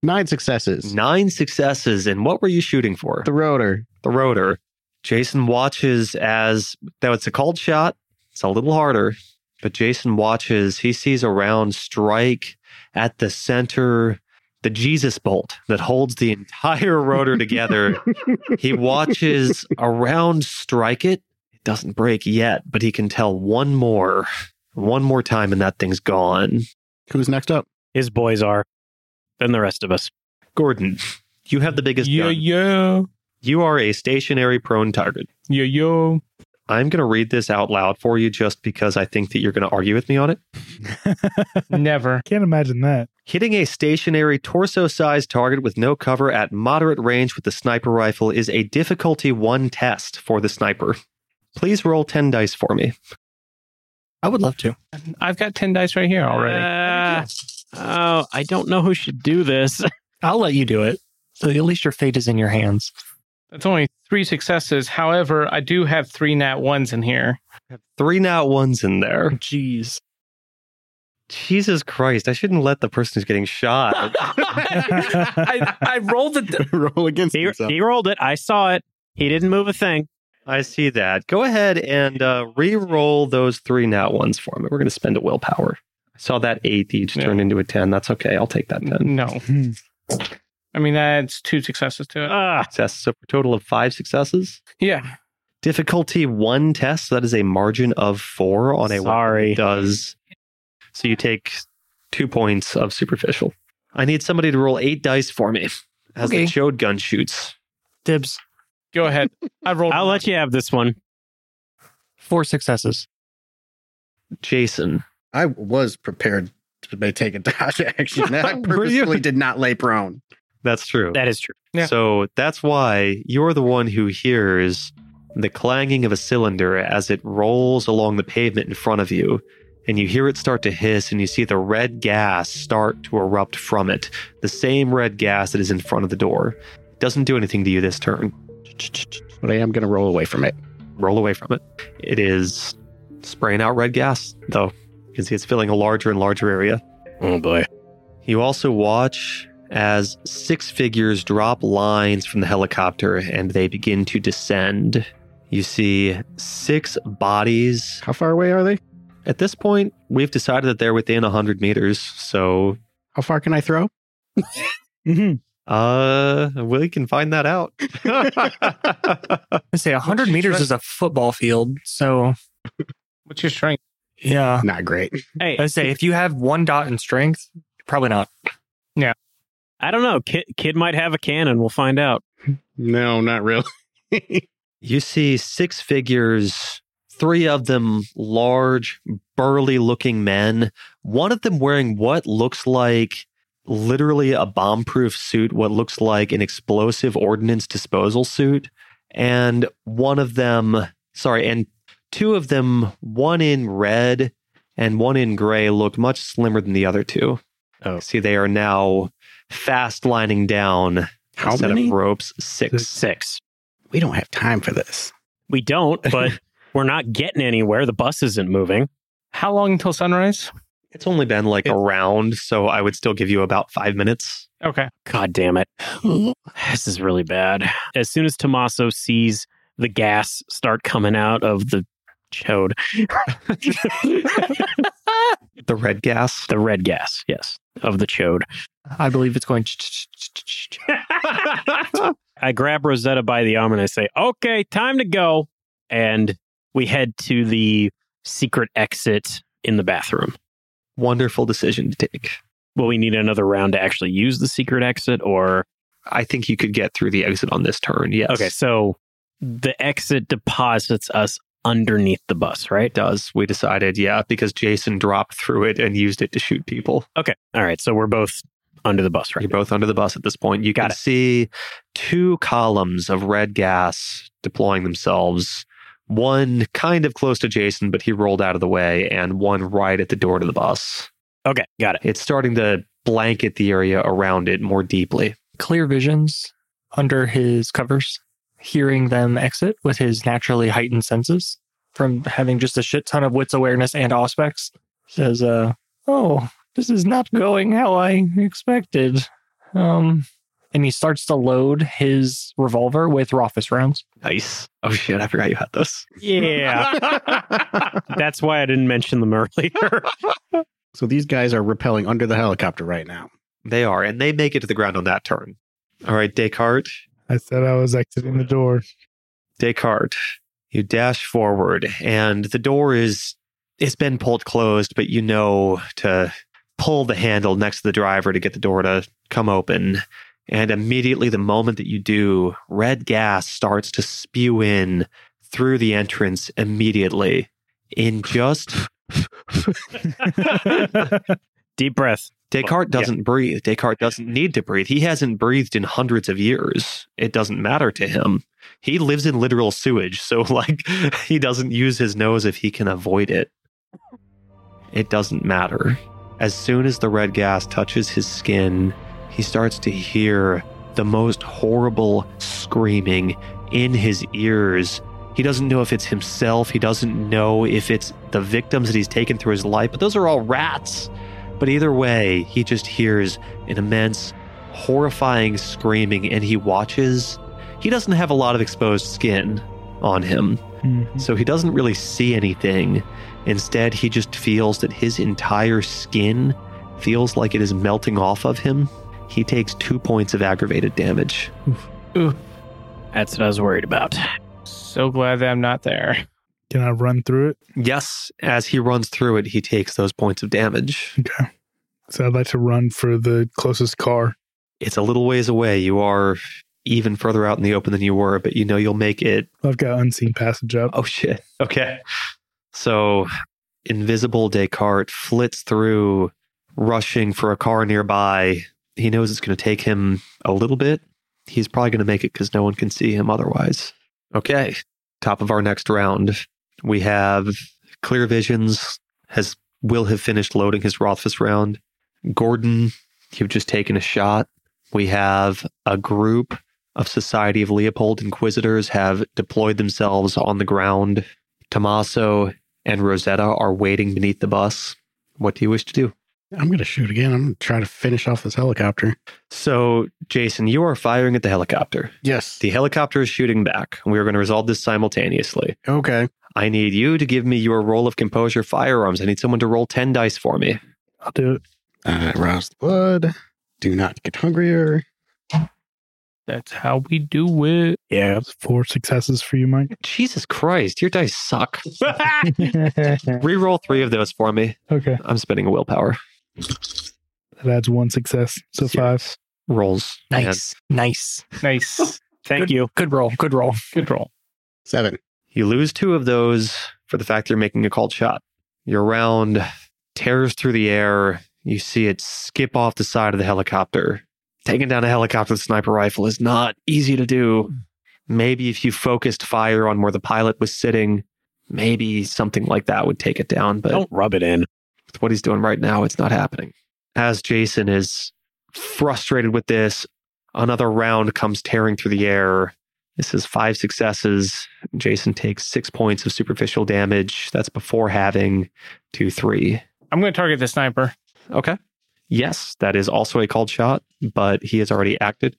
F: Nine successes.
C: Nine successes, and what were you shooting for?
F: The rotor.
C: the rotor. Jason watches as now it's a cold shot. It's a little harder, but Jason watches. He sees a round strike at the center, the Jesus bolt that holds the entire rotor together. he watches a round strike it. It doesn't break yet, but he can tell one more, one more time, and that thing's gone.
F: Who's next up? <laughs>
A: His boys are. Then the rest of us.
C: Gordon, you have the biggest
B: Yo
C: gun.
B: yo
C: You are a stationary prone target.
B: yo yo.
C: I'm going to read this out loud for you just because I think that you're going to argue with me on it.
B: Never.
E: Can't imagine that.
C: Hitting a stationary torso sized target with no cover at moderate range with the sniper rifle is a difficulty 1 test for the sniper. Please roll 10 dice for me.
D: I would love to.
B: I've got ten dice right here already.
A: Uh, oh, I don't know who should do this.
D: I'll let you do it. So at least your fate is in your hands.
B: That's only three successes. However, I do have three nat ones in here.
C: Three nat ones in there.
D: Jeez.
C: Jesus Christ, I shouldn't let the person who's getting shot.
B: <laughs> I, I rolled the
F: Roll
A: <laughs>
F: against
A: He,
F: himself.
A: he rolled it. I saw it. He didn't move a thing.
C: I see that. Go ahead and uh, re roll those three nat ones for me. We're going to spend a willpower. I saw that eight each
B: Yeah. Mm-hmm.
C: turn into a 10. That's okay. I'll take that 10.
B: no.
E: Hmm.
B: I mean that's two successes to it.
A: Ah,
C: success. So for a total of five successes.
B: yeah.
C: Difficulty one test. So that is a margin of four on a one
A: sorry.
C: does. So you take two points of superficial. I need somebody to roll eight dice for me as
D: Okay.
C: the chode gun shoots.
D: Dibs.
A: <laughs>
B: Go ahead. I rolled.
A: I'll let you have this one.
D: Four successes.
C: Jason.
F: I was prepared to may take a <laughs> dodge action. I
C: Were you?
F: purposely did not lay prone.
C: That's true.
A: That is true.
B: Yeah.
C: So that's why you're the one who hears the clanging of a cylinder as it rolls along the pavement in front of you. And you hear it start to hiss, and you see the red gas start to erupt from it. The same red gas that is in front of the door. It doesn't do anything to you this turn.
F: But I am going to roll away from it.
C: Roll away from it. It is spraying out red gas, though. You can see it's filling a larger and larger area.
A: Oh boy.
C: You also watch as six figures drop lines from the helicopter and they begin to descend. You see six bodies.
F: How far away are they?
C: At this point, we've decided that they're within 100 meters, so
F: How far can I <laughs> throw?
E: Mhm.
C: uh we can find that out.
D: I say 100 meters is a football field. So,
B: What's your strength?
D: yeah.
F: Not great.
A: Hey,
D: I say if you have one dot in strength, probably not.
A: I don't know. Kid, kid might have a cannon. We'll find out.
F: No, not really.
C: You see six figures, three of them large, burly looking men, one of them wearing what looks like literally a bomb proof suit, what looks like an explosive ordnance disposal suit, and one of them, sorry, and two of them, one in red and one in gray, look much slimmer than the other two.
F: Oh.
C: See, they are now fast lining down
F: How
C: a set
F: many?
C: of ropes, six.
A: Six.
F: We don't have time for this.
A: We don't, <laughs> but we're not getting anywhere. The bus isn't moving.
B: How long until sunrise?
C: It's only been like a round, so I would still give you about five minutes.
B: Okay.
A: God damn <gasps> it. This is really bad. As soon as Tommaso sees the gas start coming out of the Chode.
C: The red gas.
A: The red gas, yes, of the chode.
G: I believe it's going.
A: <laughs> I grab Rosetta by the arm and I say, okay, time to go. And we head to the secret exit in the bathroom.
C: Wonderful decision to take.
A: Will we need another round to actually use the secret exit or?
C: I think you could get through the exit on this turn. Yes.
A: Okay, so the exit deposits us underneath the bus, right?
C: It does. We decided, yeah, because Jason dropped through it and used it to shoot people.
A: Okay. All right. So we're both under the bus right
C: You're both under the bus at this point. You
A: Got
C: can
A: it.
C: see two columns of red gas deploying themselves. One kind of close to Jason, but he rolled out of the way, and one right at the door to the bus.
A: now. Okay. Got it.
C: It's starting to blanket the area around it more deeply.
G: Clear visions under his covers, hearing them exit with his naturally heightened senses from having just a shit ton of wits awareness and aspects. Says, uh, oh, this is not going how I expected. Um, and he starts to load his revolver with Rothus rounds.
C: Nice. Oh shit, I forgot you had those.
A: Yeah. <laughs> That's why I didn't mention them earlier.
F: <laughs>
A: <laughs>
F: So these guys are rappelling under the helicopter right now.
C: They are, and they make it to the ground on that turn. All right, Descartes.
E: I said I was exiting the door.
C: Descartes, you dash forward, and the door is it's been pulled closed, but you know to pull the handle next to the driver to get the door to come open. And immediately, the moment that you do, red gas starts to spew in through the entrance immediately. In just
A: Deep breath.
C: Descartes doesn't breathe. Descartes doesn't need to breathe. He hasn't breathed in hundreds of years. It doesn't matter to him. He lives in literal sewage, so <laughs> like he doesn't use his nose if he can avoid it. It doesn't matter. As soon as the red gas touches his skin, he starts to hear the most horrible screaming in his ears. He doesn't know if it's himself, he doesn't know if it's the victims that he's taken through his life, but those are all rats. But either way, he just hears an immense, horrifying screaming and he watches. He doesn't have a lot of exposed skin on him,
E: Mhm.
C: so he doesn't really see anything. Instead, he just feels that his entire skin feels like it is melting off of him. He takes two points of aggravated damage.
A: That's what I was worried about.
B: So glad that I'm not there.
E: Can I run through it?
C: Yes, as he runs through it, he takes those points of damage.
E: Okay. So I'd like to run for the closest car.
C: It's a little ways away. You are even further out in the open than you were, but you know you'll make it
E: I've got unseen passage up.
C: Oh shit. <laughs> Okay. So invisible Descartes flits through, rushing for a car nearby. He knows it's going to take him a little bit. He's probably going to make it because no one can see him otherwise. Okay. Top of our next round, we have Clear Visions has will have finished loading his Rothfuss round. Gordon, you've just taken a shot. We have a group of Society of Leopold Inquisitors have deployed themselves on the ground. Tommaso and Rosetta are waiting beneath the bus. What do you wish to do?
F: I'm going to shoot again. I'm going to try to finish off this helicopter.
C: So, Jason, you are firing at the helicopter.
F: Yes.
C: The helicopter is shooting back. We are going to resolve this simultaneously.
F: Okay.
C: I need you to give me your roll of composure firearms. I need someone to roll 10 dice for me.
E: I'll do it.
F: Uh, rouse the blood. Do not get hungrier.
B: That's how we do it.
A: Yeah.
E: Four successes for you,
C: <laughs>
E: Mike. <laughs>
C: Jesus Christ, your dice suck. Reroll three of those for me.
E: okay.
C: I'm spending a willpower.
E: That adds one success. So five.
C: Rolls.
G: Nice, nice.
A: <laughs>
B: Nice.
A: Thank
G: Good-
A: you.
G: Good roll, good roll.
B: Good roll.
F: Seven.
C: You lose two of those for the fact you're making a called shot. Your round tears through the air. You see it skip off the side of the helicopter. Taking down a helicopter with a sniper rifle is not easy to do. Maybe if you focused fire on where the pilot was sitting, maybe something like that would take it down. But
A: Don't rub it in.
C: with what he's doing right now, it's not happening. As Jason is frustrated with this, another round comes tearing through the air. This is five successes. Jason takes six points of superficial damage. That's before having two, three.
B: I'm going to target the sniper.
C: Okay. Yes, that is also a called shot, but he has already acted.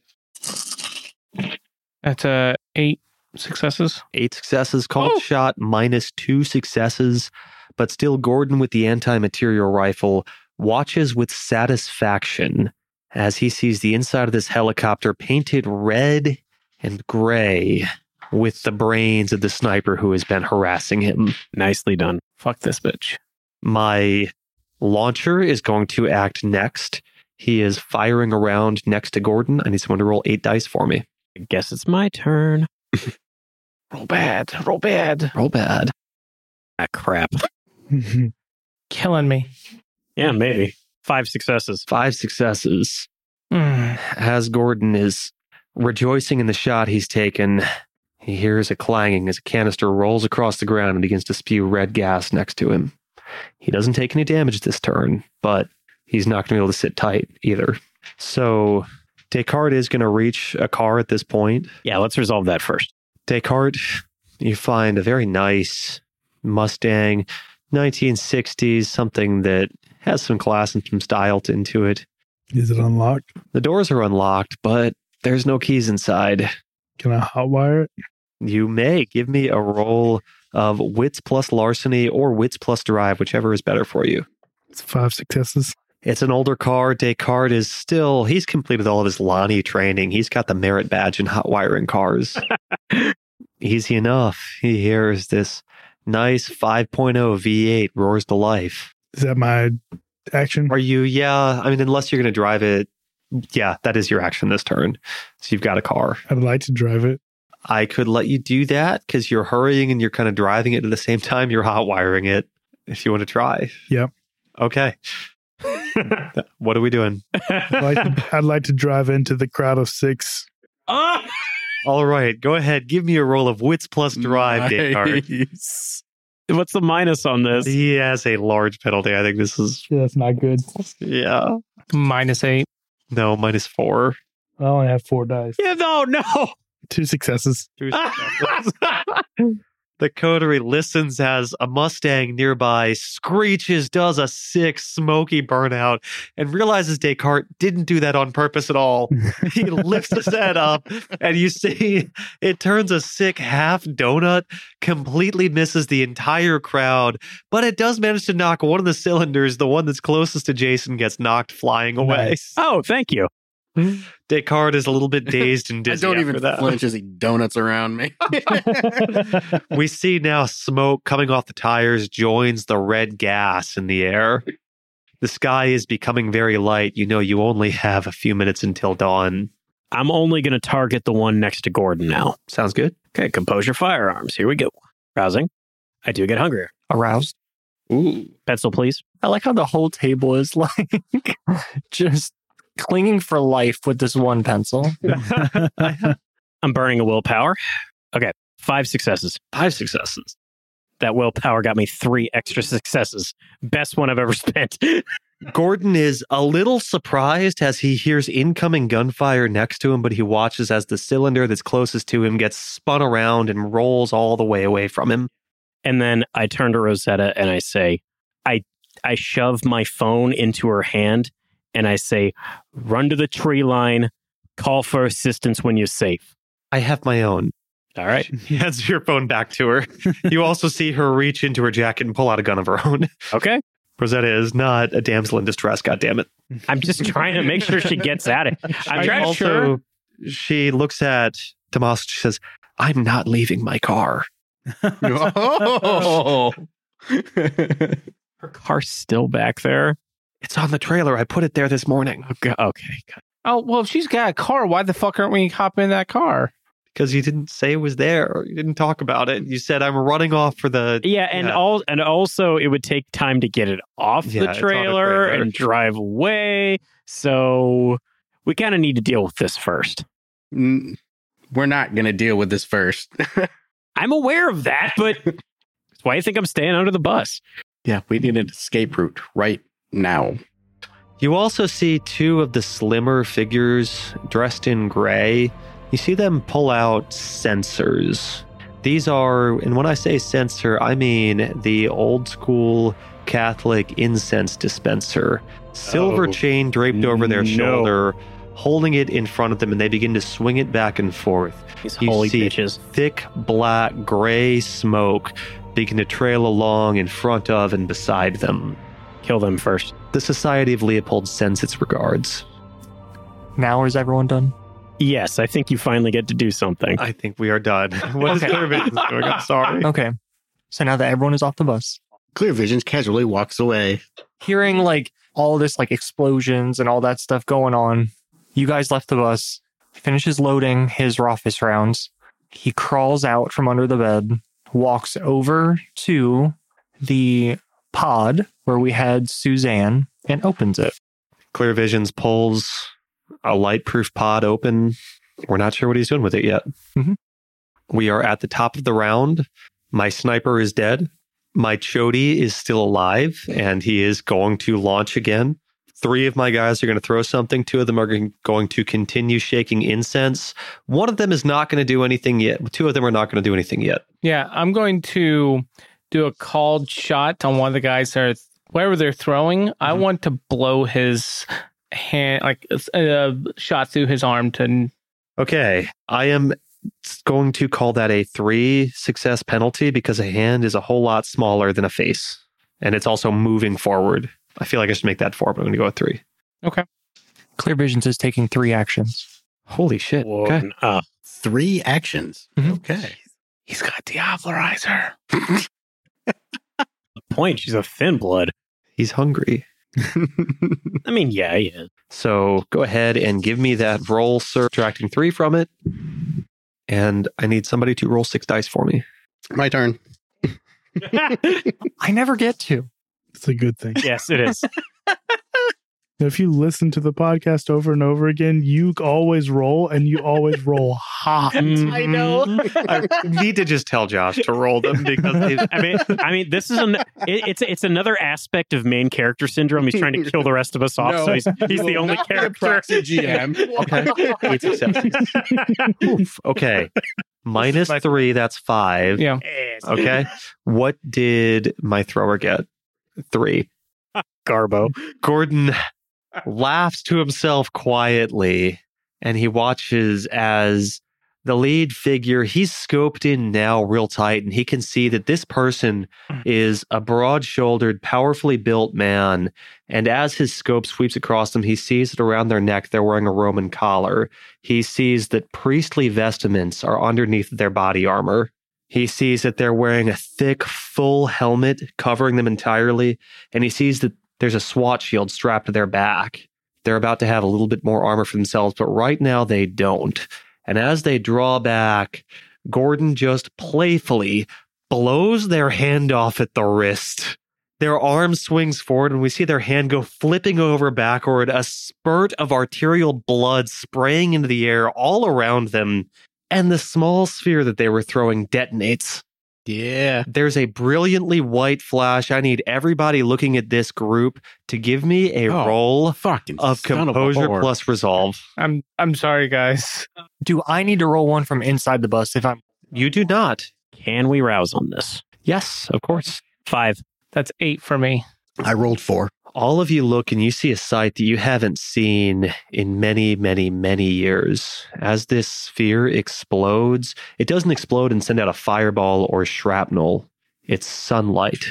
B: That's a uh, eight successes.
C: Eight successes, called
B: Oh.
C: shot minus two successes, but still Gordon with the anti material rifle watches with satisfaction as he sees the inside of this helicopter painted red and gray with the brains of the sniper who has been harassing him.
A: Nicely done.
B: Fuck this bitch.
C: My launcher is going to act next. He is firing around next to Gordon. I need someone to roll eight dice for me.
A: I guess it's my turn.
B: Roll bad. Roll bad.
C: Roll bad.
A: Ah, crap.
B: Killing me.
A: Yeah, maybe. Five successes.
C: Five successes.
B: Mm.
C: As Gordon is rejoicing in the shot he's taken, he hears a clanging as a canister rolls across the ground and begins to spew red gas next to him. He doesn't take any damage this turn, but he's not going to be able to sit tight either. So Descartes is going to reach a car at this point.
A: Yeah, let's resolve that first.
C: Descartes, you find a very nice Mustang, 1960s, something that has some class and some style into it.
E: <laughs> Is it unlocked?
C: The doors are unlocked, but there's no keys inside.
E: Can I hotwire it?
C: You may give me a roll of wits plus larceny or wits plus drive, whichever is better for you.
E: It's five successes.
C: It's an older car. Descartes is still, he's completed all of his Lonnie training. He's got the merit badge in hot wiring cars. Easy enough. He hears this nice 5.0 V8 roars to life.
E: Is that my action?
C: Are you, yeah, I mean, unless you're going to drive it, yeah, that is your action this turn. So you've got a car.
E: I'd like to drive it.
C: I could let you do that because you're hurrying and you're kind of driving it at the same time you're hot wiring it if you want to try.
E: Yep.
C: Okay. <laughs> what are we doing?
E: I'd like to, I'd like to drive into the crowd of six.
A: Ah!
C: All right. Go ahead. Give me a roll of wits plus drive, Descartes.
A: Nice. What's the minus on this?
C: He has a large penalty. I think this is,
E: Yeah, that's not good.
C: yeah.
B: Minus eight.
C: No, minus four.
E: I only have four dice.
A: Yeah, no, no.
E: Two successes.
C: Two The coterie listens as a Mustang nearby screeches, does a sick, smoky burnout, and realizes Descartes didn't do that on purpose at all. he lifts his head up, and you see it turns a sick half donut, completely misses the entire crowd, but it does manage to knock one of the cylinders, the one that's closest to Jason, gets knocked flying away.
E: Nice.
A: <laughs> oh, thank you.
C: Descartes is a little bit dazed
F: <laughs>
C: and
F: I
C: dizzy.
F: don't
C: after
F: even
C: that.
F: flinch as he donuts around <laughs> me.
C: we see now smoke coming off the tires joins the red gas in the air. The sky is becoming very light. You know, you only have a few minutes until dawn.
A: I'm only going to target the one next to Gordon now.
C: Sounds good.
A: Okay, composure firearms. Here we go. Rousing. I do get hungrier.
G: Aroused.
F: Ooh.
A: Pencil, please.
G: I like how the whole table is <laughs> like just clinging for life with this one pencil.
A: I'm burning a willpower. Okay, five successes.
C: Five successes.
A: That willpower got me three extra successes. Best one I've ever <laughs> spent.
C: Gordon is a little surprised as he hears incoming gunfire next to him, but he watches as the cylinder that's closest to him gets spun around and rolls all the way away from him.
A: and then I turn to Rosetta and I say, I I shove my phone into her hand and I say, run to the tree line, call for assistance when you're safe.
C: I have my own.
A: All right.
C: <laughs> He hands your phone back to her. <laughs> You also see her reach into her jacket and pull out a gun of her own.
A: Okay.
C: Rosetta is not a damsel in distress, goddammit.
A: I'm just trying to make sure she gets at it. I'm
C: She
A: trying to sure.
C: also, she looks at Tomas. She says, I'm not leaving my car.
F: <laughs> oh.
A: Her car's still back there.
C: It's on the trailer. I put it there this morning.
A: Okay. okay.
B: Oh well, if she's got a car, why the fuck aren't we hopping in that car?
C: Because you didn't say it was there. You didn't talk about it. You said, I'm running off for the.
A: Yeah, and
C: Yeah.
A: all and also it would take time to get it off
C: Yeah,
A: the
C: it's on a
A: trailer
C: trailer.
A: and drive away. So we kind of need to deal with this first.
F: Mm, We're not going to deal with this first.
A: I'm aware of that,
C: <laughs>
A: but that's why you think I'm staying under the bus.
F: yeah, we need an escape route right now.
C: You also see two of the slimmer figures dressed in gray. You see them pull out sensors. These are, and when I say sensor, I mean the old school Catholic incense dispenser. Silver
F: Oh.
C: chain draped over their
A: No.
C: shoulder, holding it in front of them, and they begin to swing it back and forth.
A: These
C: You
A: holy
C: see-
A: bitches.
C: Thick, black, gray smoke begin to trail along in front of and beside them.
A: Kill them first.
C: The Society of Leopold sends its regards.
G: Now is everyone done?
A: Yes, I think you finally get to do something.
C: I think we are done. <laughs> What is
G: Okay.
C: Irvin doing? I'm sorry.
G: Okay. So now that everyone is off the bus,
F: Clear Visions casually walks away.
G: hearing like all this like explosions and all that stuff going on, you guys left the bus, finishes loading his office rounds. He crawls out from under the bed, walks over to the pod where we had Suzanne and opens it.
C: Clear Visions pulls a light-proof pod open. We're not sure what he's doing with it yet.
G: Mhm.
C: We are at the top of the round. My sniper is dead. My Chody is still alive, and he is going to launch again. Three of my guys are going to throw something. Two of them are going- going to continue shaking incense. One of them is not going to do anything yet. Two of them are not going to do anything yet.
B: Yeah, I'm going to do a called shot on one of the guys that are wherever they're throwing. I
C: Mm-hmm.
B: want to blow his hand, like a shot through his arm to.
C: Okay. I am going to call that a three success penalty because a hand is a whole lot smaller than a face. And it's also moving forward. I feel like I should make that four, but I'm going to go with three.
G: Clear Visions is taking three actions.
C: Holy shit.
A: Whoa,
C: Okay.
A: n- <laughs> uh,
F: Three actions.
E: Mm-hmm.
G: Mhm.
F: Okay.
B: He's got Diablerizer.
A: point. She's a thin blood.
C: He's hungry.
A: I mean, yeah, he is.
C: So go ahead and give me that roll, sir, subtracting three from it. And I need somebody to roll six dice for me.
F: My turn.
G: I never get to.
E: It's a good thing.
A: Yes, it is.
E: Now, if you listen to the podcast over and over again, you always roll and you always roll hot.
A: I know.
C: I need to just tell Josh to roll them because they've,
A: I mean, I mean, this is an it, it's it's another aspect of main character syndrome. He's trying to kill the rest of us off,
F: No.
A: so he's he's the only character.
F: GM.
C: eight successes. Oof. Okay. Minus three, that's five.
B: Yeah.
C: Okay. What did my thrower get? Three.
A: Garbo.
C: Gordon laughs to himself quietly and he watches as the lead figure, he's scoped in now real tight and he can see that this person is a broad shouldered, powerfully built man. And as his scope sweeps across them, he sees that around their neck they're wearing a Roman collar. He sees that priestly vestments are underneath their body armor. He sees that they're wearing a thick, full helmet covering them entirely. And he sees that there's a SWAT shield strapped to their back. They're about to have a little bit more armor for themselves, but right now they don't. And as they draw back, Gordon just playfully blows their hand off at the wrist. Their arm swings forward, and we see their hand go flipping over backward, a spurt of arterial blood spraying into the air all around them. And the small sphere that they were throwing detonates.
F: <laughs> Yeah.
C: There's a brilliantly white flash. I need everybody looking at this group to give me a
F: Oh,
C: roll
F: Fucking
C: of
F: son a
C: composure
F: whore.
C: plus resolve.
B: I'm I'm sorry, guys.
G: Do I need to roll one from inside the bus if I'm
C: You do not.
A: Can we rouse on this?
C: Yes, of course.
A: Five.
B: That's eight for me.
F: I rolled four.
C: All of you look and you see a sight that you haven't seen in many, many, many years. As this sphere explodes, it doesn't explode and send out a fireball or shrapnel. It's sunlight.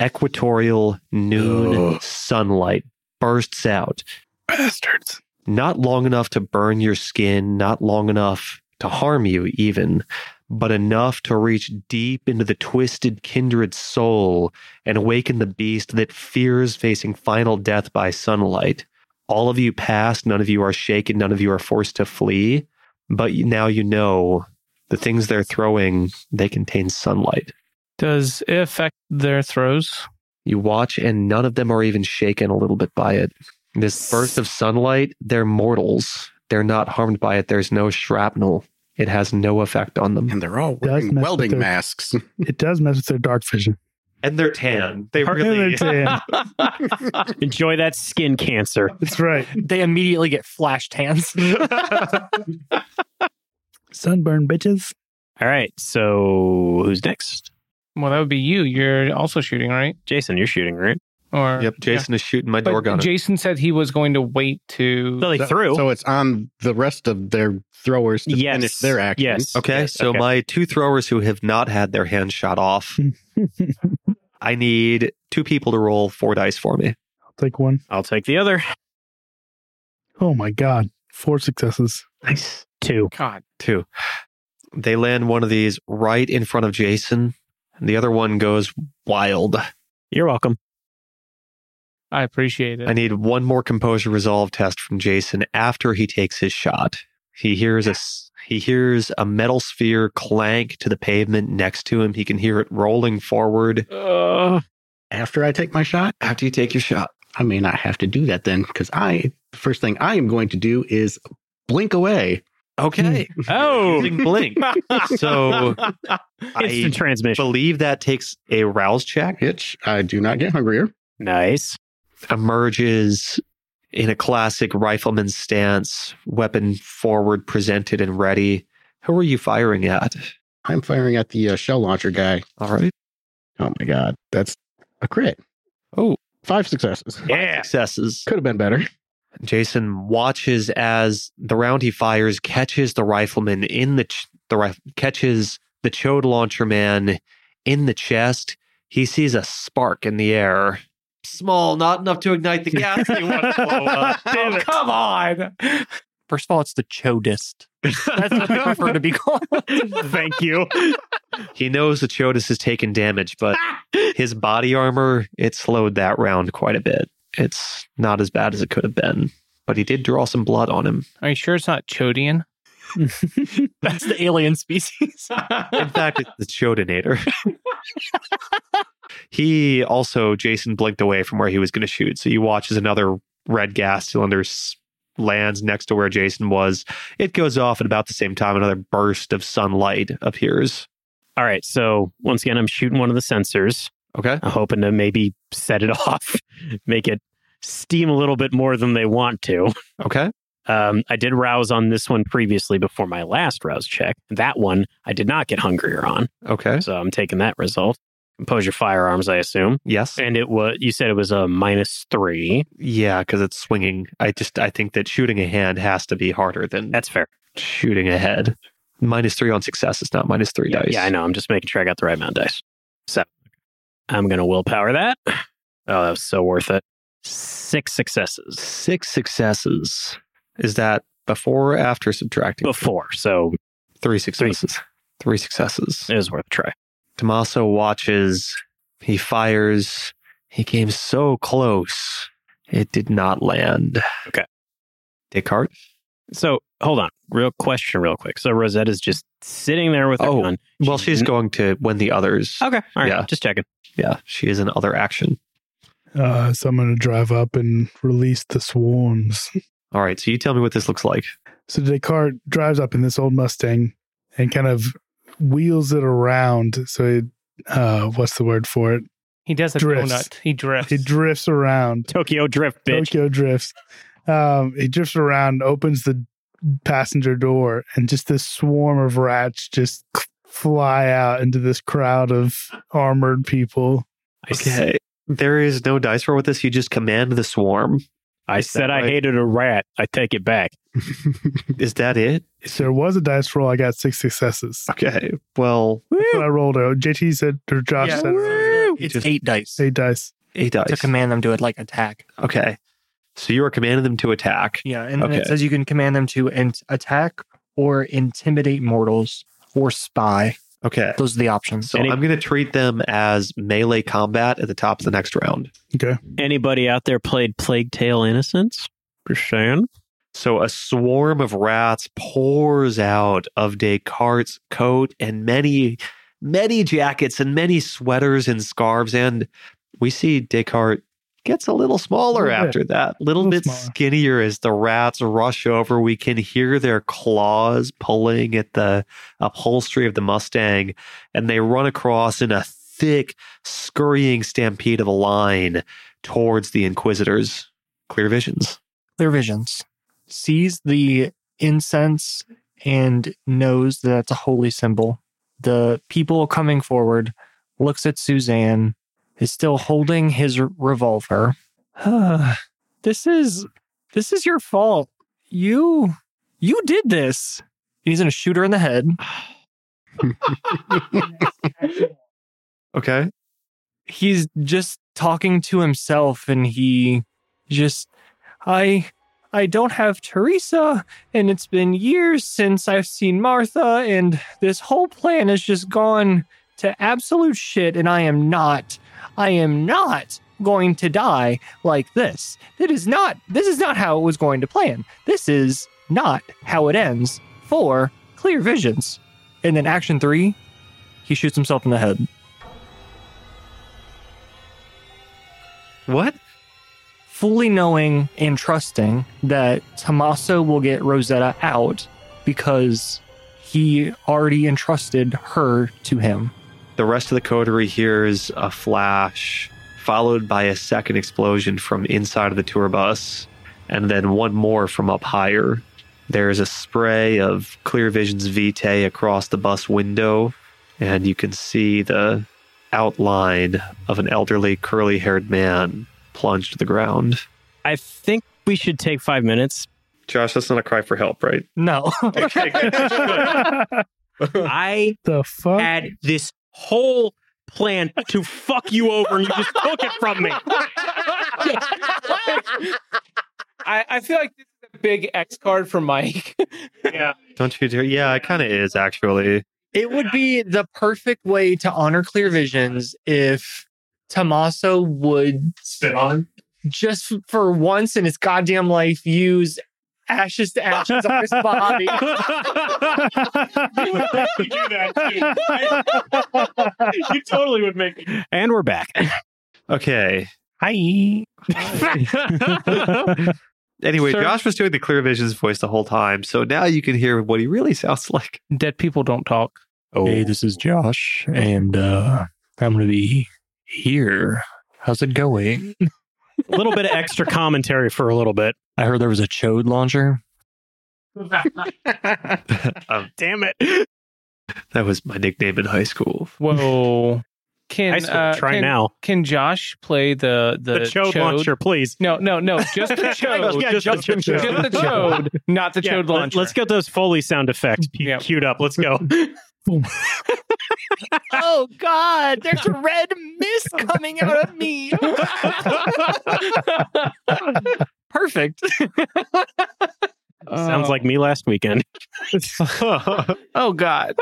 C: Equatorial noon
F: Ugh.
C: sunlight bursts out.
E: Bastards.
C: not long enough to burn your skin, not long enough to harm you, even, but enough to reach deep into the twisted kindred soul and awaken the beast that fears facing final death by sunlight. All of you pass, none of you are shaken, none of you are forced to flee, but you- now you know the things they're throwing, they contain sunlight.
B: Does it affect their throws?
C: You watch, and none of them are even shaken a little bit by it. This burst of sunlight, they're mortals. They're not harmed by it. There's no shrapnel. It has no effect on them.
F: And they're all
E: Does
F: wearing
E: mess with
F: welding
E: their- <laughs>
F: masks.
E: It does mess with their dark vision.
C: And they're tan. They
E: They're tan.
A: Enjoy that skin cancer.
E: That's right.
G: they immediately get flash
A: <laughs>
G: hands.
E: Sunburn bitches.
A: All right. So who's next?
B: Well, that would be you. You're also shooting, right?
A: Jason, you're shooting, right?
B: Or
C: Yep, Jason is shooting my
B: But
C: door gun.
B: Jason said he was going to wait to.
A: So they threw.
F: So it's on the rest of their throwers to
A: Yes.
F: finish their action.
A: Yes.
C: okay,
A: Yes,
C: so
A: okay.
C: my two throwers who have not had their hand
A: <laughs>
C: shot off, I need two people to roll four dice for me.
E: I'll take one.
A: I'll take the other.
E: Oh my god. Four successes.
A: Nice. Two.
B: God,
C: Two. They land one of these right in front of Jason, and the other one goes wild.
A: You're welcome.
B: I appreciate it.
C: I need one more composure resolve test from Jason after he takes his shot. He hears a s- he hears a metal sphere clank to the pavement next to him. He can hear it rolling forward. <laughs>
F: After I take my shot,
C: After you take your shot,
F: I may not have to do that then because I, the first thing I am going to do is blink away.
C: okay.
B: Oh.
A: <laughs>
C: Using blink. So I
A: Instant transmission.
C: believe that takes a rouse check.
F: Hitch, I do not get hungrier.
A: Nice.
C: emerges in a classic rifleman stance, weapon forward, presented and ready. Who are you firing at?
F: I'm firing at the uh, shell launcher guy.
C: All right.
F: Oh my god, that's a crit.
C: Oh.
F: Five successes.
A: Yeah.
C: Successes.
F: Could have been better.
C: Jason watches as the round he fires catches the rifleman in the ch- the rif- catches the chode launcher man in the chest. He sees a spark in the air. Small, not enough to ignite the gas. He wants to blow up.
B: Oh, come on.
G: First of all, it's the chodist. That's what I prefer to be called.
A: <laughs> Thank you.
C: He knows that Chodus has taken damage, but his body armor, it slowed that round quite a bit. It's not as bad as it could have been. But he did draw some blood on him.
B: Are you sure it's not Chodian?
G: That's the
A: <laughs>
G: alien species.
C: In fact, it's the Chodinator. he also, Jason blinked away from where he was going to shoot. So you watch as another red gas cylinder s- lands next to where Jason was. It goes off at about the same time. Another burst of sunlight appears.
A: All right. So once again, I'm shooting one of the sensors.
C: Okay.
A: I'm hoping to maybe set it <laughs> off, make it steam a little bit more than they want to.
C: Okay.
A: Um, I did rouse on this one previously before my last rouse check. That one I did not get hungrier on,
C: Okay.
A: so I'm taking that result. Compose your firearms, I assume.
C: Yes.
A: And it was you said it was a minus three.
C: Yeah, because it's swinging. I just I think that shooting a hand has to be harder than
A: That's fair.
C: shooting a head. Minus three on success. It's not minus three
A: yeah,
C: dice.
A: yeah, I know. I'm just making sure I got the right amount of dice. So I'm gonna willpower that. Oh, that was so worth it. Six successes
C: Six successes. Is that before or after subtracting?
A: before, so
C: Three successes. Three successes.
A: it was worth a try.
C: Tommaso watches. He fires. He came so close. It did not land.
A: Okay.
C: Descartes.
A: So hold on, real question, real quick. So Rosetta's just sitting there with her
C: Oh,
A: gun.
C: Well, she's going to win the others.
A: Okay, all right,
C: Yeah.
A: just checking.
C: Yeah, she is an other action.
E: Uh, so I'm gonna drive up and release the swarms.
C: All right, so you tell me what this looks like.
E: So Descartes drives up in this old Mustang and kind of wheels it around. So it, uh, what's the word for it?
B: He does a
E: Drifts.
B: donut. He drifts.
E: It drifts around.
A: Tokyo Drift, bitch.
E: Tokyo drifts. Um, he drifts around, opens the passenger door, and just this swarm of rats just fly out into this crowd of armored people.
A: I, s-
C: Okay. There is no dice roll with this. You just command the swarm.
A: I
C: Is that
A: said I
C: right?
A: hated a rat. I take it back.
C: Is that it?
E: So there was a dice roll. I got six successes.
C: Okay. Well,
E: That's what I rolled out. JT said, or Josh
G: Yeah.
E: said,
C: you
G: It's
C: just-
G: eight dice.
E: eight dice.
C: eight dice.
G: To command them to it like attack.
C: okay. So you are commanding them to attack.
G: Yeah, and then
C: Okay.
G: it says you can command them to in- attack or intimidate mortals or spy.
C: Okay.
G: Those are the options.
C: So
A: Any-
C: I'm going to treat them as melee combat at the top of the next round.
E: Okay.
A: Anybody out there played Plague Tale Innocence? Just saying.
C: So a swarm of rats pours out of Descartes' coat and many, many jackets and many sweaters and scarves. And we see Descartes gets a little smaller
E: Little bit.
C: after that, little,
E: Little
C: bit
E: smaller.
C: skinnier as the rats rush over. We can hear their claws pulling at the upholstery of the Mustang, and they run across in a thick, scurrying stampede of a line towards the Inquisitors. Clear visions.
G: Clear visions. Sees the incense and knows that it's a holy symbol. The people coming forward looks at Suzanne is still holding his r- revolver. <sighs> this is this is your fault. You you did this. And he's gonna shoot her in the head.
C: Okay.
G: He's just talking to himself and he just I I don't have Teresa and it's been years since I've seen Martha and this whole plan has just gone to absolute shit and I am not I am not going to die like this. That is not this is not how it was going to plan. This is not how it ends for clear visions. And then action three, he shoots himself in the head.
C: What?
G: fully knowing and trusting that Tommaso will get Rosetta out because he already entrusted her to him.
C: The rest of the coterie hears a flash, followed by a second explosion from inside of the tour bus, and then one more from up higher. There is a spray of Clear Vision's Vitae across the bus window, and you can see the outline of an elderly, curly haired man plunged to the ground.
A: I think we should take five
C: <laughs>
A: minutes.
C: Josh, that's not a cry for help, right?
G: No.
A: I
E: The fuck?
A: had this whole plan to fuck you over and you just took it from <laughs> me.
B: <laughs> I, I feel like this is a big X card for Mike. <laughs>
C: Don't you dare. Yeah, it kind of is, actually.
G: it would be the perfect way to honor Clear Visions if Tommaso would
H: Spit on him.
G: just for once in his goddamn life use ashes to ashes on his body.
H: You would make me do that
A: <laughs>
H: too. you totally would make me.
A: And we're back.
C: Okay.
G: Hi.
C: <laughs> Anyway,
B: Sir-
C: Josh was doing the Clear Vision's voice the whole time, so now you can hear what he really sounds like.
B: Dead people don't talk.
I: <laughs>
A: Oh,
I: Hey, this is Josh, and uh, I'm going to be here. How's it going?
A: a little bit of extra commentary for a little bit.
I: I heard there was a chode launcher.
C: um,
A: Damn it.
C: that was my nickname in
B: <laughs>
C: high school.
A: <laughs>
B: Whoa. Can
A: I still
B: uh,
A: try
B: can,
A: now.
B: Can Josh play the the,
A: The, chode, launcher, please.
B: No, no, no. Just
A: <laughs>
B: the chode.
A: Yeah,
B: just,
A: just the
B: just
A: chode.
B: the chode, not the
A: Yeah,
B: chode launcher.
A: Let's get those Foley sound effects cu-
B: <laughs> Yeah.
A: queued up. Let's go.
G: Oh God, there's a red mist coming out of me. Perfect.
B: Uh,
A: Sounds like me last weekend.
B: <laughs>
A: <laughs>
B: Oh God.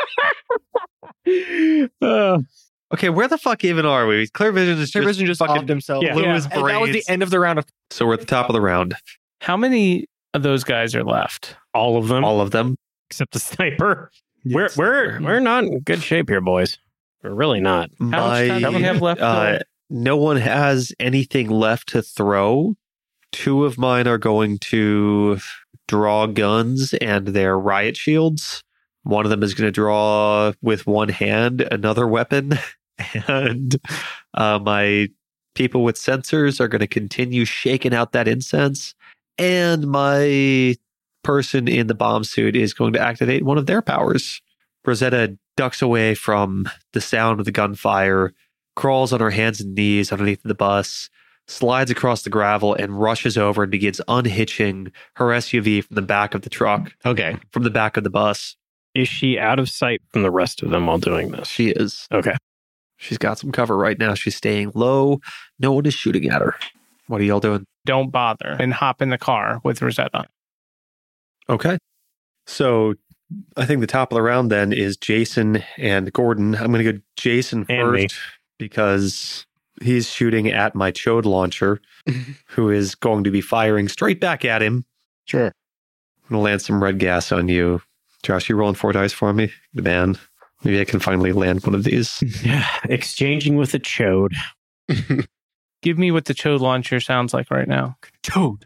C: Okay, where the fuck even are we? Clear Vision is just,
G: just
C: fucking
G: offed himself.
A: yeah.
C: blew his
G: And that was the
C: brains.
G: end of the round of
C: So we're at the top of the round.
B: How many of those guys are left?
A: All of
B: Um,
A: them,
C: All of them.
A: except the sniper. we're
E: Yes.
A: we're we're not in good shape here, boys. We're really not.
B: How much time do we have left?
C: Uh, no one has anything left to throw. Two of mine are going to draw guns and their riot shields. One of them is going to draw with one hand another weapon, <laughs> and uh, my people with sensors are going to continue shaking out that incense. And my person in the bomb suit is going to activate one of their powers. Rosetta ducks away from the sound of the gunfire crawls on her hands and knees underneath the bus, slides across the gravel, and rushes over and begins unhitching her SUV from the back of the truck,
F: Okay.
C: from the back of the bus.
A: Is she out of sight from the rest of them while doing this?
C: She is.
A: Okay.
C: She's got some cover right now. She's staying low. No one is shooting at her. What are y'all doing?
B: Don't bother and hop in the car with Rosetta.
C: Okay. So I think the top of the round then is Jason and Gordon. I'm going to go Jason
A: And me.
C: first because he's shooting at my
A: <laughs>
C: chode launcher, who is going to be firing straight back at him.
F: Sure.
C: I'm gonna land some red gas on you. Josh, you rolling four dice for me? Good man. Maybe I can finally land one of these.
A: Yeah, exchanging with a chode.
B: Give me what the chode launcher sounds like right now.
I: Chode.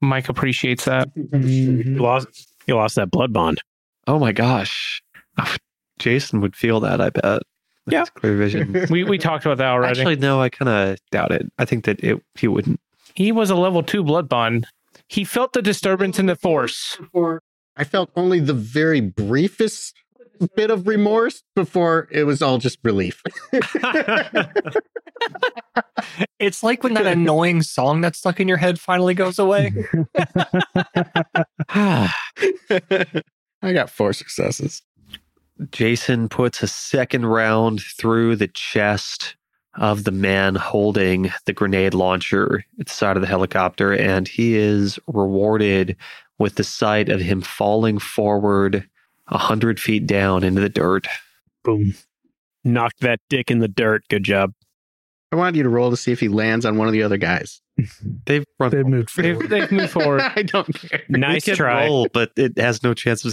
B: Mike appreciates that.
A: You lost. You lost that blood bond.
C: oh my gosh. Oh, Jason would feel that, I bet.
A: Yeah.
C: That's
A: <laughs>
C: clear vision.
B: We we talked about that already.
C: Actually, no, I kind of doubt it. I think that it, he wouldn't. <sighs>
B: he was a level two blood bond. He felt the disturbance in the force.
F: I felt only the very briefest bit of remorse before it was all just relief.
G: It's
I: <laughs>
G: like when that annoying song that's stuck in your head finally goes away.
C: Ah.
F: I got four successes.
C: Jason puts a second round through the chest of the man holding the grenade launcher at the side of the helicopter, and he is rewarded with the sight of him falling forward a hundred feet down into the dirt.
A: Boom. Knocked that dick in the dirt. Good job.
F: I wanted you to roll to see if he lands on one of the other guys.
C: They've run.
E: They moved
B: They've,
E: forward.
B: they've moved
F: <laughs>
B: forward.
F: I don't care.
A: Nice
C: We can
A: try.
C: roll, but it has no chance of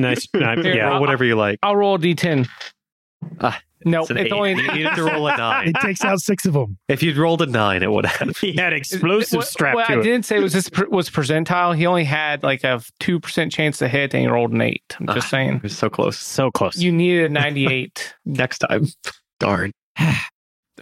B: <laughs>
A: Nice. I-
B: Here,
A: yeah. <laughs>
C: Roll whatever you like.
B: I'll roll a d10.
C: Ah,
B: no,
C: It's
B: it's,
C: an eight.
B: only <laughs>
C: you needed to roll a nine.
E: It takes out six of them.
C: If you'd rolled a nine, it would have.
A: He had explosive
B: What-
A: strapped
B: what
A: to
B: I
A: it.
B: didn't say was this per- was percentile. He only had like a two percent chance to hit, and he rolled an eight. I'm
C: Ah.
B: just saying.
C: We're so close.
A: So close.
B: You needed a 98.
C: Next time. Darn. <sighs>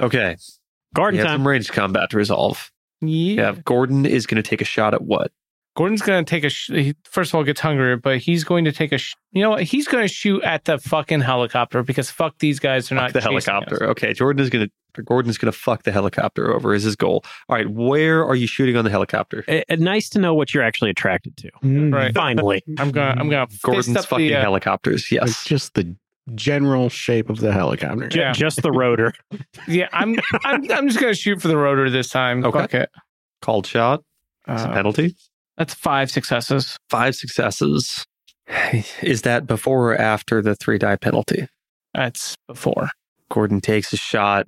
C: okay. We
A: Garden
C: have
A: time.
C: some range combat to resolve.
B: yeah.
C: <laughs> Yeah, Gordon is going to take a shot at what?
B: Gordon's going to take a. Sh- he, first of all, gets hungrier, but he's going to take a. Sh- you know what? He's going to shoot at the fucking helicopter because fuck these guys. They're not
C: Fuck the
B: chasing us.
C: helicopter. Okay, Jordan is going to Gordon's going to fuck the helicopter over is his goal. All right, where are you shooting on the helicopter?
A: Eh, eh, nice to know what you're actually attracted to. <laughs>
B: Right.
A: Finally.
B: I'm going to. I'm going to.
C: Gordon's fucking
B: the, uh,
C: helicopters.
F: It's
C: Yes.
F: just the general shape of the helicopter.
A: Ju-
B: <laughs> Yeah.
A: Just the
B: <laughs>
A: rotor.
B: Yeah, I'm. I'm, I'm just going to shoot for the rotor this time.
C: Okay.
B: Fuck it.
C: Called shot. It's a
B: Uh,
C: penalty.
B: that's five successes.
C: Five successes. <sighs> Is that before or after the three die penalty?
B: That's before.
C: Gordon takes a shot.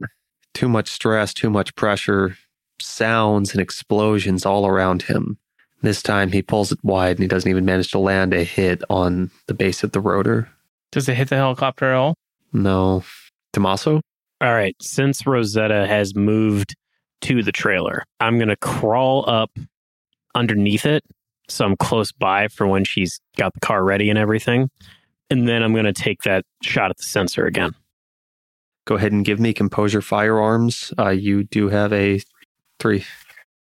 C: Too much stress, too much pressure, sounds and explosions all around him. This time he pulls it wide and he doesn't even manage to land a hit on the base of the rotor.
B: Does it hit the helicopter at all?
C: No. Tommaso?
A: All right. Since Rosetta has moved to the trailer, I'm going to crawl up underneath it. So I'm close by for when she's got the car ready and everything. And then I'm going to take that shot at the sensor again.
C: Go ahead and give me composure firearms. Uh, you do have a three, three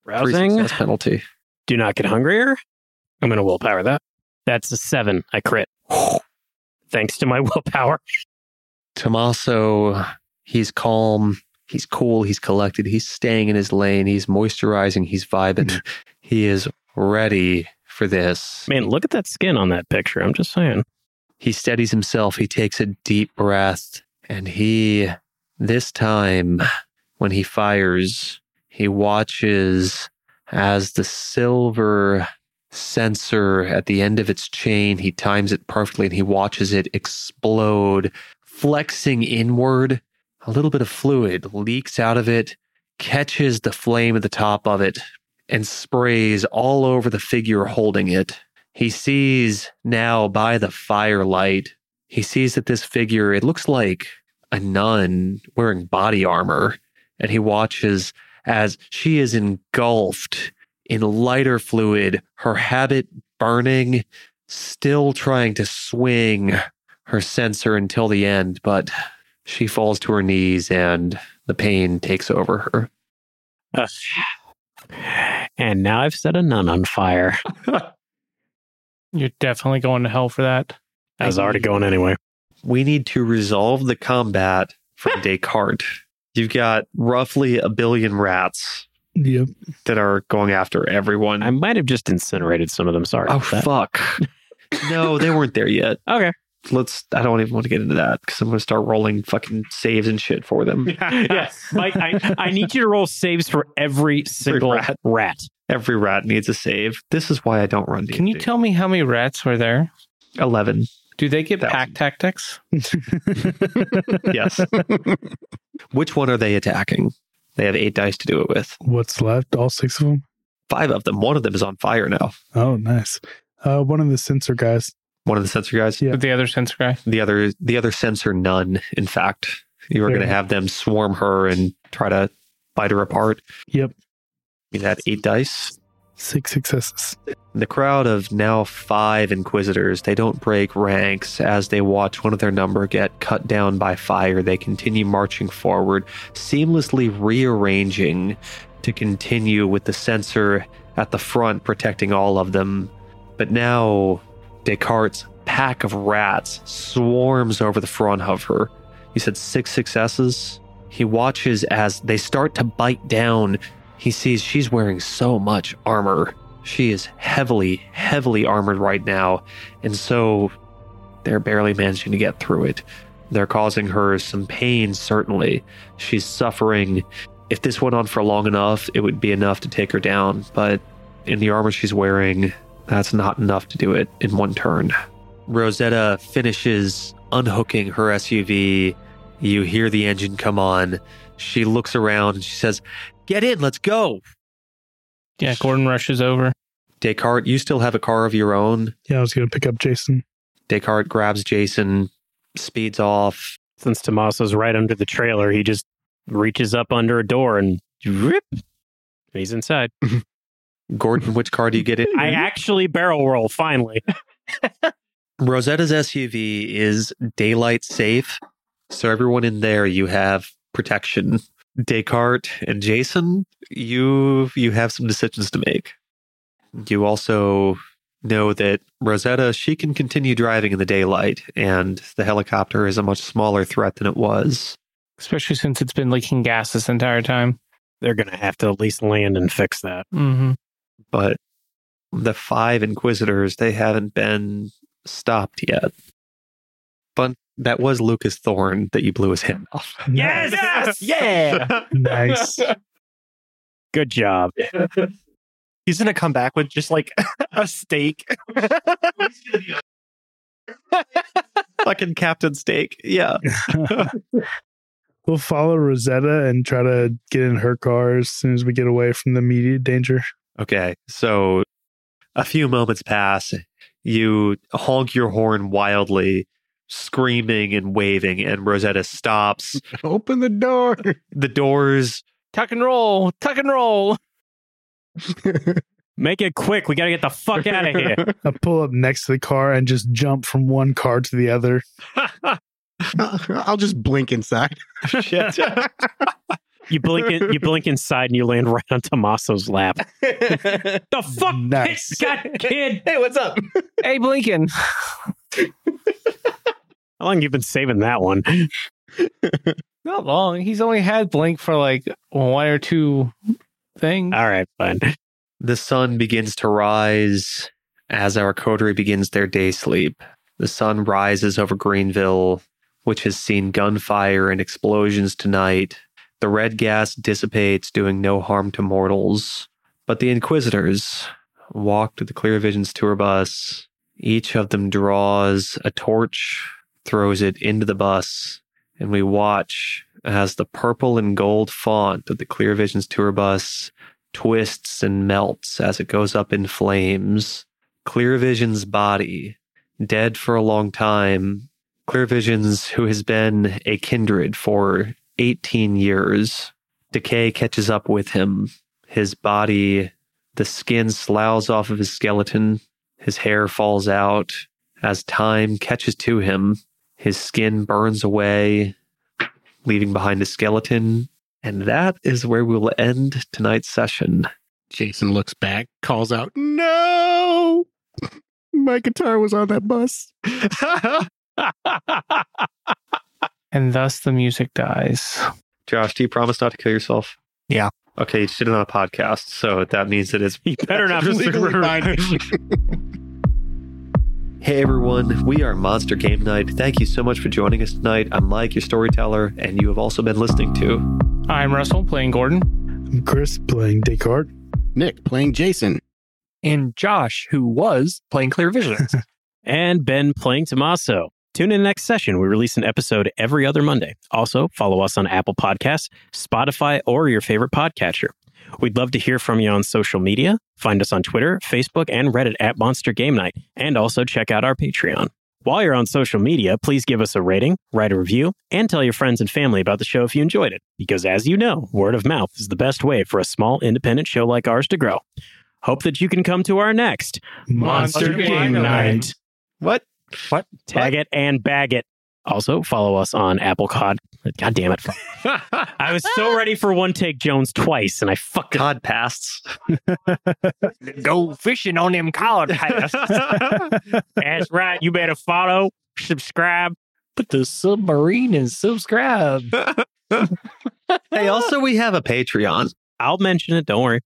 A: Rousing.
C: success penalty.
A: Do not get hungrier. I'm going to willpower that. That's a seven. I crit. <gasps> Thanks to my <laughs> willpower.
C: Tommaso, he's calm, he's cool, he's collected, he's staying in his lane, he's moisturizing, he's vibing. he is ready for this.
A: Man, look at that skin on that picture. I'm just saying.
C: He steadies himself. He takes a deep breath. And he, this time, when he fires, he watches as the silver sensor at the end of its chain, he times it perfectly and he watches it explode, flexing inward. A little bit of fluid leaks out of it, catches the flame at the top of it, and sprays all over the figure holding it. He sees now by the firelight, he sees that this figure, it looks like a nun wearing body armor, and he watches as she is engulfed in lighter fluid, her habit burning, still trying to swing her sensor until the end, but she falls to her knees and the pain takes over her.
A: Ugh. And now I've set a nun on fire.
B: You're definitely going to hell for that.
A: I was already going anyway.
C: we need to resolve the combat
B: <laughs>
C: from Descartes. You've got roughly a billion rats
E: Yep.
C: that are going after everyone.
A: I might have just incinerated some of them. Sorry.
C: oh,
A: about that.
C: fuck. no, they weren't there yet. <laughs>
A: Okay.
C: Let's, I don't even want to get into that because I'm going to start rolling fucking saves and shit for them.
A: yes. Mike, I, I need you to roll saves for every single
C: rat.
A: rat.
C: Every rat needs a save. This is why I don't run
B: Can you
C: D&D.
B: tell me how many rats were there? <laughs>
C: 11.
B: Do they get
C: Thousand.
B: pack tactics?
C: Yes. Which one are they attacking? They have eight dice to do it with.
E: What's left? All six of them?
C: Five of them. One of them is on fire now.
E: Oh, nice. Uh, one of the sensor guys.
C: One of the sensor guys.
E: Yeah.
B: With the other sensor guy?
C: the other the other sensor none in fact you were
E: Fair
C: going to have them swarm her and try to bite her apart
E: Yep.
C: you had eight dice
E: Six successes.
C: the crowd of now five inquisitors they don't break ranks as they watch one of their number get cut down by fire they continue marching forward seamlessly rearranging to continue with the sensor at the front protecting all of them but now descartes pack of rats swarms over the Fraunhofer. You said six successes. He watches as they start to bite down. He sees she's wearing so much armor. She is heavily, heavily armored right now. And so they're barely managing to get through it. They're causing her some pain, certainly. She's suffering. If this went on for long enough, it would be enough to take her down. But in the armor she's wearing, that's not enough to do it in one turn. Rosetta finishes unhooking her SUV. You hear the engine come on. She looks around and she says, Get in, let's go.
B: Yeah, Gordon rushes over.
C: Descartes, you still have a car of your own.
E: Yeah, I was gonna pick up Jason.
C: Descartes grabs Jason, speeds off.
A: Since Tommaso's right under the trailer, he just reaches up under a door and rip. He's inside.
C: Gordon, which car do you get in?
A: I actually barrel roll finally.
C: Rosetta's SUV is daylight safe. So everyone in there, you have protection. Descartes and Jason, you you have some decisions to make. You also know that Rosetta, she can continue driving in the daylight, and the helicopter is a much smaller threat than it was.
B: Especially since it's been leaking gas this entire time.
A: They're going to have to at least land and fix that.
B: Mm-hmm.
C: But the five Inquisitors, they haven't been stopped yet. But that was Lucas Thorne that you blew his hand off.
E: Yes!
G: <laughs>
A: Yeah.
E: Nice.
A: Good job.
G: He's gonna come back with just like <laughs> a steak.
C: <laughs> Fucking Captain Steak. Yeah.
E: We'll follow Rosetta and try to get in her car as soon as we get away from the immediate danger.
C: Okay, so a few moments pass. You honk your horn wildly, screaming and waving, and Rosetta stops.
F: Open the door. <laughs>
C: The doors.
B: Tuck and roll, Oh, tuck and roll.
A: Make it quick. We got to get the fuck out of here.
E: I pull up next to the car and just jump from one car to the other.
F: I'll just blink inside.
C: Shit.
A: You blink in, you blink inside and you land right on Tommaso's
E: <laughs>
A: lap. The fuck nice.
E: Nice.
A: got kid.
G: Hey, what's up?
B: Hey, Blinken.
A: How long you been saving that one?
B: <laughs> Not long. He's only had Blink for like one or two things.
A: All right, fine.
C: the sun begins to rise as our coterie begins their day sleep. The sun rises over Greenville, which has seen gunfire and explosions tonight. The red gas dissipates, doing no harm to mortals. But the Inquisitors walk to the Clear Visions tour bus. Each of them draws a torch, throws it into the bus, and we watch as the purple and gold font of the Clear Visions tour bus twists and melts as it goes up in flames. Clear Vision's body, dead for a long time. Clear Vision's, who has been a kindred for 18 years, decay catches up with him. His body, the skin sloughs off of his skeleton. His hair falls out. As time catches to him, his skin burns away, leaving behind a skeleton and that is where we'll end tonight's session.
F: Jason looks back, calls out, No! My guitar was on that bus.
B: And thus the music dies.
C: Josh, do you promise not to kill yourself?
G: Yeah.
C: Okay, you just did it on a podcast, so that means it is
A: You better not
F: Just legally binding.
C: Hey everyone, we are Monster Game Night. Thank you so much for joining us tonight. I'm Mike, your storyteller, and you have also been listening to.
B: I'm Russell playing Gordon.
E: I'm Chris playing Descartes.
F: Nick playing Jason.
G: And Josh, who was playing Clear Visions.
A: and Ben playing Tommaso. Tune in next session. We release an episode every other Monday. Also, follow us on Apple Podcasts, Spotify, or your favorite podcatcher. We'd love to hear from you on social media. Find us on Twitter, Facebook, and Reddit at Monster Game Night, and also check out our Patreon. While you're on social media, please give us a rating, write a review, and tell your friends and family about the show if you enjoyed it, because as you know, word of mouth is the best way for a small independent show like ours to grow. Hope that you can come to our next
B: Monster Game Night.
C: What?
A: Tag it and bag it. Also, follow us on Apple Cod, God damn it. I was so ready for one take Jones twice and I fucked it.
C: Cod pasts.
G: Go fishing on them cod paths.
A: That's right. You better follow, subscribe.
G: Put the submarine and subscribe.
C: Hey, also we have a Patreon.
A: I'll mention it. Don't worry.